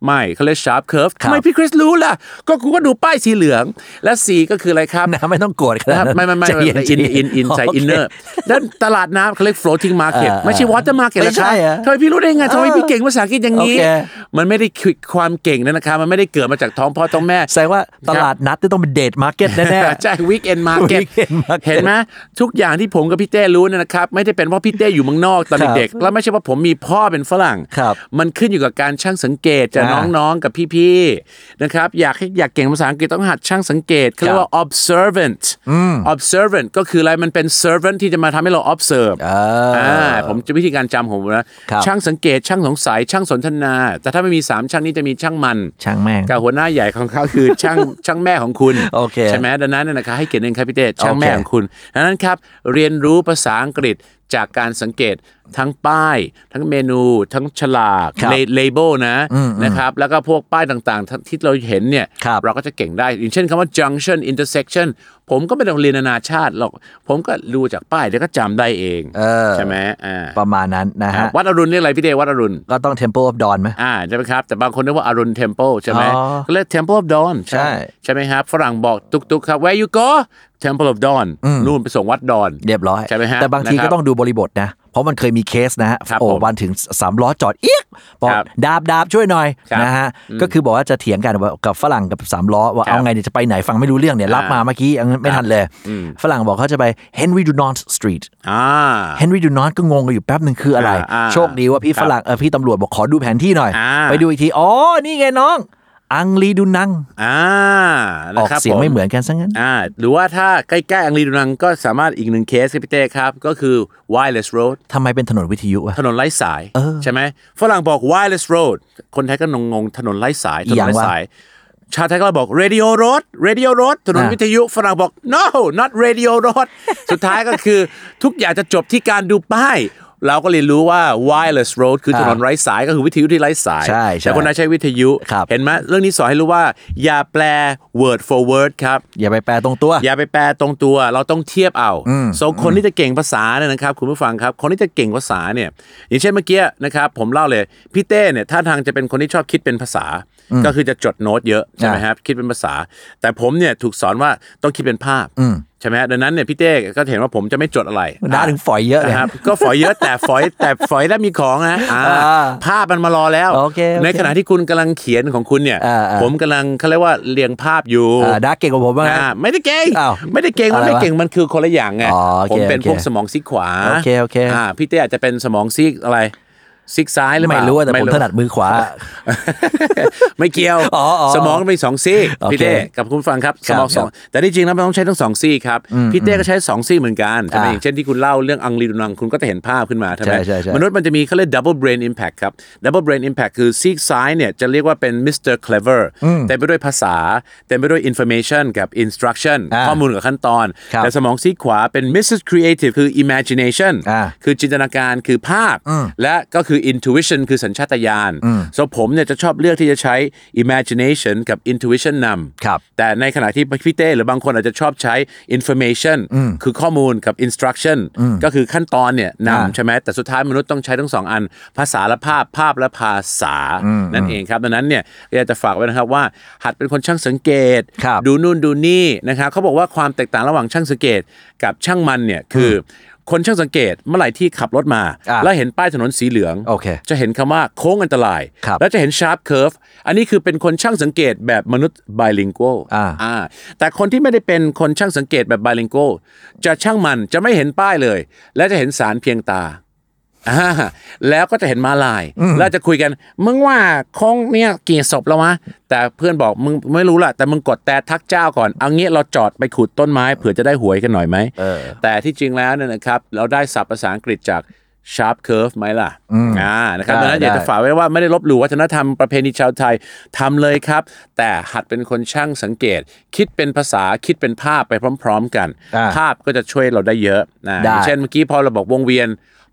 Speaker 3: ไม่เขาเรียกชาร์ปเคิร์ฟ
Speaker 2: ครับ
Speaker 3: ทำไมพี่คริสรู้ล่ะ ก็กูก็ดูป้ายสีเหลือง และสี่ก็คืออะไรครับ
Speaker 2: นะไม่ต้องโกรธขนาดนั้น
Speaker 3: ไม่ไม่ไม่
Speaker 2: ใจเย็
Speaker 3: ไม่
Speaker 2: ใจ
Speaker 3: อิน
Speaker 2: เย็
Speaker 3: อินอินไซ
Speaker 2: โค
Speaker 3: อินเนอร์ด้านตลาดน้ำเขาเรียก floating market
Speaker 2: เออ
Speaker 3: ไม่ใช่ water market
Speaker 2: ไม่
Speaker 3: แล้ว
Speaker 2: ใช่
Speaker 3: ครับ
Speaker 2: เหรอ
Speaker 3: ทำไมพี่รู้ได้ไงทำไมพี่เก่งภาษาอังกฤษอย่างนี้
Speaker 2: โอเค
Speaker 3: มันไม่ได้คิดความเก่งนะนะครับมันไม่ได้เกิดมาจากท้องพ่อท้องแม่
Speaker 2: แสดงว่าตลาดนัดที่ต้องเป็นเดทมาร์เก็ตแน่
Speaker 3: ใช่วิกเอนมาเก็ต
Speaker 2: Weekend Market
Speaker 3: เห็นไหมทุกอย่างที่ผมกับพี่เต้รู้เนยนะครับ ไม่ได้เป็นเพราะพี่เต้อยู่เมืองนอกตอนเด็กๆแล้วไม่ใช่ว่าผมมีพ่อเป็นฝรั่ง
Speaker 2: ครับ
Speaker 3: มันขึ้นอยู่กับการช่างสังเกตจาก
Speaker 2: อ่า
Speaker 3: น้องๆกับพี่ๆนะครับอยากให้อยากเก่งภาษาอังกฤษต้องหัดช่างสังเกตเขาเรียกว่า observant observant ก็คืออะไรมันเป็น servant ที่จะมาทำให้เรา observe
Speaker 2: ออ่
Speaker 3: าผมจะวิธีการจำของผมนะครับ ช่างสังเกตช่างสงสัยช่างสนทนา แต่ถ้าไม่มีสามช่างนี้จะมีช่างมัน
Speaker 2: ๆช่างแม่ง
Speaker 3: กับหัวหน้าใหญ่ของเขาคือ ช่าง ช่างแม่ของคุณ
Speaker 2: โอเค
Speaker 3: ใช่ไหมดังนั้นเนยนะครับให้เกียรติเองครับพี่เต้ช่าง
Speaker 2: โอเค
Speaker 3: แม่ของคุณดังนั้นครับเรียนรู้ภาษาอังกฤษจากการสังเกตทั้งป้าย ทั้งเมนู ทั้งฉลาก
Speaker 2: ครับ
Speaker 3: เลเบลนะนะครับแล้วก็พวกป้ายต่างๆทั้งที่เราเห็นเนี่ย
Speaker 2: ครับ
Speaker 3: เราก็จะเก่งได้อย่างเช่นคำว่า junction intersection ผมก็ไม่ต้องเรียนนานาชาติหรอกผมก็รู้จากป้ายแล้วก็จำได้เอง
Speaker 2: เออ
Speaker 3: ใช่ไหมอ่า
Speaker 2: ประมาณนั้นนะ
Speaker 3: ครับ
Speaker 2: ฮะ
Speaker 3: วัดอรุณนี่อะไรพี่เต้วัดอรุณ
Speaker 2: ก็ต้อง Temple of Dawn ไหม
Speaker 3: อ่าใช่ไหมครับ แต่บางคนเรียกว่าอรุณเทมเพิลใช่ไหม
Speaker 2: อ๋อ
Speaker 3: ก็เรียก Temple of Dawn
Speaker 2: ใช่
Speaker 3: ใช่ไหมครับ ฝรั่งบอกตุกๆครับ Where you go Temple of Dawn นู่นไปส่งวัดดอน
Speaker 2: เรียบร้อย
Speaker 3: ใช่ไหมฮะ
Speaker 2: แต่บางที
Speaker 3: นะครั
Speaker 2: ก็
Speaker 3: บ
Speaker 2: ต้องดูบริบทนะ เพราะมันเคยมีเคสนะฮะ
Speaker 3: ครับ
Speaker 2: โอ้
Speaker 3: ผม
Speaker 2: วันถึงสามล้อจอดเอียกบอก
Speaker 3: ครับ
Speaker 2: ดาบดาบช่วยหน่อย
Speaker 3: ครับ
Speaker 2: นะฮะก็คือบอกว่าจะเถียงกันว่ากับฝรั่งกับสามล้อว่า
Speaker 3: ครับ
Speaker 2: เอาไงเนี่ยจะไปไหนฟังไม่รู้เรื่องเนี่ยรับมาเมื่อกี้อันนั้นไม่ทันเลย
Speaker 3: อืม
Speaker 2: ฝรั่งบอกเขาจะไป Henry Dunant Street
Speaker 3: อ่า
Speaker 2: เฮนรี่ดูนอนก็งงกันอยู่แป๊บหนึ่งคืออะไร
Speaker 3: อ่า
Speaker 2: โชคดีว่าพี่
Speaker 3: ครับ
Speaker 2: ฝรั่งเออพี่ตำรวจบอกขอดูแผนที่หน่อย
Speaker 3: อ่า
Speaker 2: ไปดูอีกที อ๋อ นี่ไงน้อง อังรีดูนัง
Speaker 3: อ่า
Speaker 2: อ
Speaker 3: นะ
Speaker 2: อก
Speaker 3: ครับ
Speaker 2: เสียง
Speaker 3: ผ
Speaker 2: ไม่เหมือนกันซะงั้น
Speaker 3: อ่าหรือว่าถ้าใกล้ๆอังรีดูนังก็สามารถอีกหนึ่งเคสครับพี่เต้ครับ ก็คือ wireless road
Speaker 2: ทำไมเป็นถนนวิทยุวะ
Speaker 3: ถนนไร้สาย ใช่ไหมฝรั่งบอก wireless road คนไทยก็งงๆถนนไร้สาย ถนนไร้สาย ชาวไทยก็บอก radio road radio road ถนน
Speaker 2: อ่า
Speaker 3: วิทยุฝรั่งบอก no not radio road สุดท้ายก็คือ ทุกอย่างจะจบที่การดูป้าย เราก็เลยรู้ว่า wireless road คือถนนไร้สายก็คือวิทยุที่ไร้สาย
Speaker 2: ใช่ใช่
Speaker 3: แต่คนไทยใช้วิทยุ
Speaker 2: ครับ
Speaker 3: เห็นไหมเรื่องนี้สอนให้รู้ว่า อย่าแปล word for word ครับ
Speaker 2: อย่าไปแปลตรงตัว
Speaker 3: อย่าไปแปลตรงตัวเราต้องเทียบเอาโซคนที่จะเก่งภาษาเนี่ยนะครับคุณผู้ฟังครับ คนที่จะเก่งภาษาเนี่ยอย่างเช่นเมื่อกี้นะครับผมเล่าเลยพี่เต้เนี่ยท่าทางจะเป็นคนที่ชอบคิดเป็นภาษา ก็คือจะจดโน้ตเยอะใช่ไหมครับคิดเป็นภาษา แต่ผมเนี่ยถูกสอนว่าต้องคิดเป็นภาพใช่ไหมฮะดังนั้นเนี่ยพี่เต้ก็เห็นว่าผมจะไม่จดอะไร
Speaker 2: ด่าถึงฝอยเยอะเลย
Speaker 3: นะครับก็ฝอยเยอะแต่ฝอย แต่ฝอยแล้วมีของนะอ่า
Speaker 2: อ่า
Speaker 3: ภาพมันมารอแล้ว
Speaker 2: โอเคโอเค
Speaker 3: ในขณะที่คุณกำลังเขียนของคุณเนี่ย
Speaker 2: อ่าอ่า
Speaker 3: ผมกำลังเขาเรียกว่าเรียงภาพอยู่
Speaker 2: อ่าด่าเก่งกว่าผมบ้างนะ
Speaker 3: อ่าไม่ได้เก่ง
Speaker 2: อ้าว
Speaker 3: ไม่ได้เก่งมัน
Speaker 2: อะไรวะ
Speaker 3: ไม่เก่งมันคือคนละอย่างไง
Speaker 2: อ๋อโอเค
Speaker 3: ผมเป็น
Speaker 2: โอเค
Speaker 3: พวกสมองซีกขวา
Speaker 2: โอเคโอเค
Speaker 3: พี่เต้อาจจะเป็นสมองซีกอะไรซีกซ้ายหรือเป
Speaker 2: ไม่
Speaker 3: ล่า
Speaker 2: รู้อะแต่ผมถนัดมือขวา
Speaker 3: ไม่เกี่ยว
Speaker 2: อ๋ออ๋อ
Speaker 3: สมองมีสองซีก
Speaker 2: โอเค
Speaker 3: พี่เต้กับคุณผู้ฟังครับ
Speaker 2: ค
Speaker 3: ส
Speaker 2: รับ
Speaker 3: มองสองแต่ที่จริงแล้วมันต้องใช้ทั้งสองซีกครับพี่เต้ก็ใช้สองซีกเหมือนกันใช่ไหม
Speaker 2: อ่า
Speaker 3: อย่างเช่นที่คุณเล่าเรื่องอังรีดุนังคุณก็จะเห็นภาพขึ้นมาใช่ไหม
Speaker 2: ใช่ใช่ใช่
Speaker 3: มนุษย์มันจะมีเขาเรียก double brain impact ครับ double brain impact คือซีกซ้ายเนี่ยจะเรียกว่าเป็น Mr. Clever เต็มไปด้วยภาษาเต็มไปด้วย information กับ instruction
Speaker 2: อ่า
Speaker 3: ข้อมูลกับขั้นตอน
Speaker 2: ครับ
Speaker 3: แต่สมองซีกขวาเป็น Mrs. Creative คือ imagination
Speaker 2: อ่า
Speaker 3: คือจินตนาการคือภาพ และก็คือ intuition คือสัญชาตญาณส่วนผมเนี่ยจะชอบเลือกที่จะใช้ imagination กับ intuition นำ
Speaker 2: ครับ
Speaker 3: แต่ในขณะที่พี่เต้หรือบางคนอาจจะชอบใช้ information คือข้อมูลกับ instruction ก็คือขั้นตอนเนี่ยนำใช่ไหมแต่สุดท้ายมนุษย์ต้องใช้ทั้งสองอัน ภาษาและภาพภาพและภาษานั่นเองครับดังนั้นเนี่ยอยากจะฝากไว้นะครับว่าหัดเป็นคนช่างสังเกต
Speaker 2: ครับ
Speaker 3: ดูนู่นดูนี่นะครับเขาบอกว่าความแตกต่างระหว่างช่างสังเกตกับช่างมันเนี่ยคืออคนช่างสังเกตเมื่อไหร่ที่ขับรถมา
Speaker 2: อ่ะ
Speaker 3: แล้วเห็นป้ายถนนสีเหลือง
Speaker 2: โอเค
Speaker 3: จะเห็นคำว่าโค้งอันตราย
Speaker 2: ครับ
Speaker 3: แล้วจะเห็นชาร์ปเคิร์ฟอันนี้คือเป็นคนช่างสังเกตแบบมนุษย์ไบลิงโก
Speaker 2: อ่า
Speaker 3: อ่าแต่คนที่ไม่ได้เป็นคนช่างสังเกตแบบไบลิงโกจะช่างมันจะไม่เห็นป้ายเลย และจะเห็นสารเพียงตา อ่าแล้วก็จะเห็นมาลาย แล้วจะคุยกัน มึงว่าคงเนี่ยกี่ศพแล้ววะแต่เพื่อนบอกมึงไม่รู้ล่ะ แต่มึงกดแต่ทักเจ้าก่อน เอางี้เราจอดไปขุดต้นไม้เผื่อจะได้หวยกันหน่อยไหม แต่ที่จริงแล้วเนี่ยนะครับ เราได้ศัพท์ภาษาอังกฤษจาก sharp curve ไหมล่ะอ่านะครับ
Speaker 2: ได้
Speaker 3: ดังนั้นอยาก
Speaker 2: ได้
Speaker 3: จะฝากไว้ว่าไม่ได้ลบหลู่วัฒนธรรมประเพณีชาวไทยทำเลยครับ แต่หัดเป็นคนช่างสังเกต คิดเป็นภาษาคิดเป็นภาพไปพร้อม ๆ กัน
Speaker 2: อ่า
Speaker 3: ภาพก็จะช่วยเราได้เยอะนะอ
Speaker 2: ได้
Speaker 3: ย่างเช่นเมื่อกี้พอเราบอกวงเวียน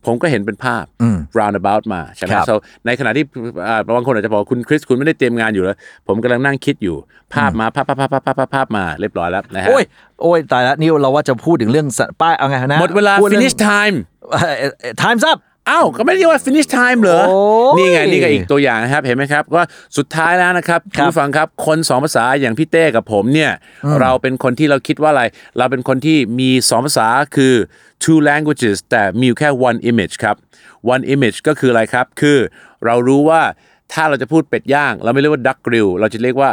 Speaker 3: ผมก็เห็นเป็นภาพ
Speaker 2: อืม
Speaker 3: roundabout มาใช่ไหม
Speaker 2: ครับ
Speaker 3: so ในขณะที่อ่าบางคนอาจจะบอกว่าคุณคริสคุณไม่ได้เตรียมงานอยู่แล้ว ผมกำลังนั่งคิดอยู่ภาพมาภาพภาพภาพภาพภาพภาพภาพมาเรียบร้อยแล้วนะฮะ
Speaker 2: โอ้ยโอ้ยตายละนี่เราว่าจะพูดถึงเรื่องสป้ายเอาไงนะ
Speaker 3: หมดเวลา
Speaker 2: พูรื่อง
Speaker 3: finish time
Speaker 2: เอ่อเอ่อ time's up
Speaker 3: อ้าวก็ไม่ได้ว่า finish time เหรอ
Speaker 2: โอ้ย
Speaker 3: นี่ไง นี่ก็อีกตัวอย่างนะครับ เห็นไหมครับ ว่าสุดท้ายแล้วนะครับ
Speaker 2: ครับ
Speaker 3: ณผู้ฟังครับ คนสองภาษาอย่างพี่เต้กับผมเนี่ย เราเป็นคนที่เราคิดว่าอะไร เราเป็นคนที่มีสองภาษาคือ two languages แต่มีอยู่แค่ one image ครับ one image ก็คืออะไรครับ คือเรารู้ว่าถ้าเราจะพูดเป็ดย่าง เราไม่เรียกว่า duck grill เราจะเรียกว่า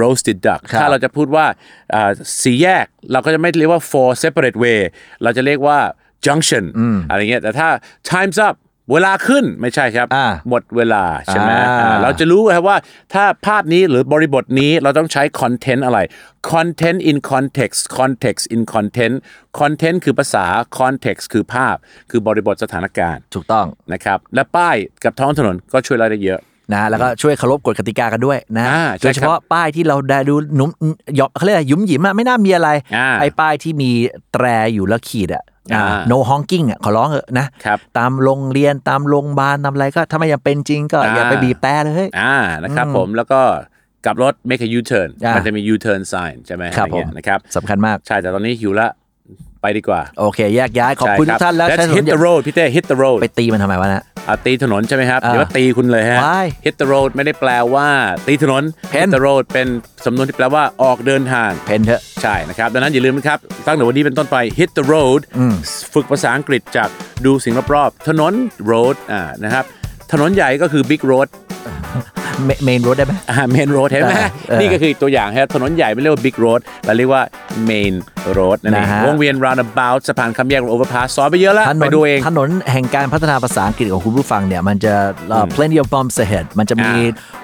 Speaker 3: roasted duck
Speaker 2: ครับ
Speaker 3: ถ้าเราจะพูดว่าอ่าสี่แยก เราก็จะไม่เรียกว่า four separate way เราจะเรียกว่า junction อะไรเงี้ย แต่ถ้า times up เวลาขึ้นไม่ใช่ครับ
Speaker 2: อ่า
Speaker 3: หมดเวลาใช่ไหม
Speaker 2: อ่า
Speaker 3: อ่าเราจะรู้ครับว่าถ้าภาพนี้หรือบริบทนี้เราต้องใช้คอนเทนต์อะไร content in context context in content content คือภาษา context คือภาพ คือบริบทสถานการณ์
Speaker 2: ถูกต้อง
Speaker 3: นะครับ และป้ายกับท้องถนนก็ช่วยเราได้เยอะ
Speaker 2: นะแล้วก็ช่วยเคารพกฎกติกากันด้วยนะ
Speaker 3: อ่าใช่
Speaker 2: โดยเฉพาะป้ายที่เราได้ดูหนุ่มหยอกเขาเรียกอะไรหยุ่มหยิมอะไม่น่ามีอะไร
Speaker 3: อ่า
Speaker 2: ไอ้ป้ายที่มีแตรอยู่แล้วขีดอะอ่า
Speaker 3: อ่า
Speaker 2: no honking อะขอร้องเถอะนะครับตามโรงเรียนตามโรงพยาบาลตามอะไรก็ถ้ามันยังเป็นจริงก็อย่า
Speaker 3: อ่า
Speaker 2: ไปบีบแตรเลย
Speaker 3: อ่านะครับผมแล้วก็กลับรถ make a U turn
Speaker 2: อ่ามั
Speaker 3: มันจะมี U turn sign ใช่ไหม
Speaker 2: ครับ
Speaker 3: อะไเงี้ย
Speaker 2: ผม
Speaker 3: นะครับ
Speaker 2: สำคัญมาก
Speaker 3: ใช่แต่ตอนนี้หิวละไปดีกว่า
Speaker 2: โอเค แยกย้ายขอบคุณ
Speaker 3: ใช่รับ
Speaker 2: ทุกท่านแล้ว
Speaker 3: Let's
Speaker 2: ใช้ถน
Speaker 3: hit
Speaker 2: นอย่า
Speaker 3: the road พี่เต้ hit the road
Speaker 2: ไปตีมันทำไมวะนะ
Speaker 3: อ่ะตีถนนใช่ไหมครับ
Speaker 2: อ่า
Speaker 3: เดี๋ยวว่าตีคุณเลยฮะ
Speaker 2: ว้าย
Speaker 3: hit the road ไม่ได้แปลว่า ตีถนน
Speaker 2: เพน
Speaker 3: hit the road เป็นสำนวนที่แปลว่าออกเดินทาง
Speaker 2: เพนเถอะ
Speaker 3: ใช่นะครับ ดังนั้นอย่าลืมนะครับ ตั้งแต่วันนี้เป็นต้นไป hit the road ฝึกภาษาอังกฤษจากดูสิ่งรอบๆถนน road อ่านะครับถนนใหญ่ก็คือ big road
Speaker 2: เมนรถได้ไหม
Speaker 3: อ่า main road เห็นไหม
Speaker 2: เออเออ
Speaker 3: นี่ก็คือตัวอย่างฮะถนนใหญ่ไม่เรียกว่า big road เราเรียกว่า main road นั่นเอง
Speaker 2: นะฮะ
Speaker 3: วงเวียน roundabout สะพานข้ามแยก overpass ซ้อนไปเยอะแล้ว
Speaker 2: ถน
Speaker 3: ไป
Speaker 2: น
Speaker 3: ดูเอง
Speaker 2: ถนนแห่งการพัฒนาภาษาอังกฤษของคุณผู้ฟังเนี่ย มันจะเอ่ออ plenty of bumps ahead มันจะมี
Speaker 3: อ่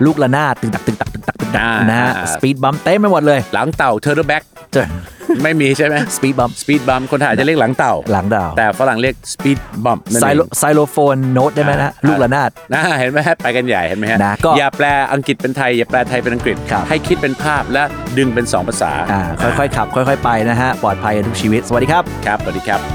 Speaker 2: ลูกระนาดตึกตักตึกตักตึกตักตึกตัก
Speaker 3: อ่า
Speaker 2: นะฮะ
Speaker 3: อ่า
Speaker 2: speed bump เต็มไปหมดเลย
Speaker 3: หลังเต่า turtle back
Speaker 2: เจอ
Speaker 3: ไม่มีใช่ไหม
Speaker 2: speed bump
Speaker 3: สปีดบัมคนไทยอาจจะเรียกหลังเต่า
Speaker 2: หลังดาว
Speaker 3: แต่ฝรั่งเรียกสปีดบัม
Speaker 2: ไซโลไซโลโฟนโน้ตได้ไหมนะ ลูกระนาด
Speaker 3: นะเห็นไหมฮะไปกันใหญ่เห็นไหมฮะ
Speaker 2: นะก็
Speaker 3: อย่าแปลอังกฤษเป็นไทย อย่าแปลไทยเป็นอังกฤษ
Speaker 2: ครับ
Speaker 3: ให้คิดเป็นภาพและดึงเป็น 2 ภาษา
Speaker 2: อ่าค่อยๆขับ ค่อยๆไปนะฮะ ปลอดภัยกับทุกชีวิต สวัสดีครับ
Speaker 3: ครับสวัสดีครับ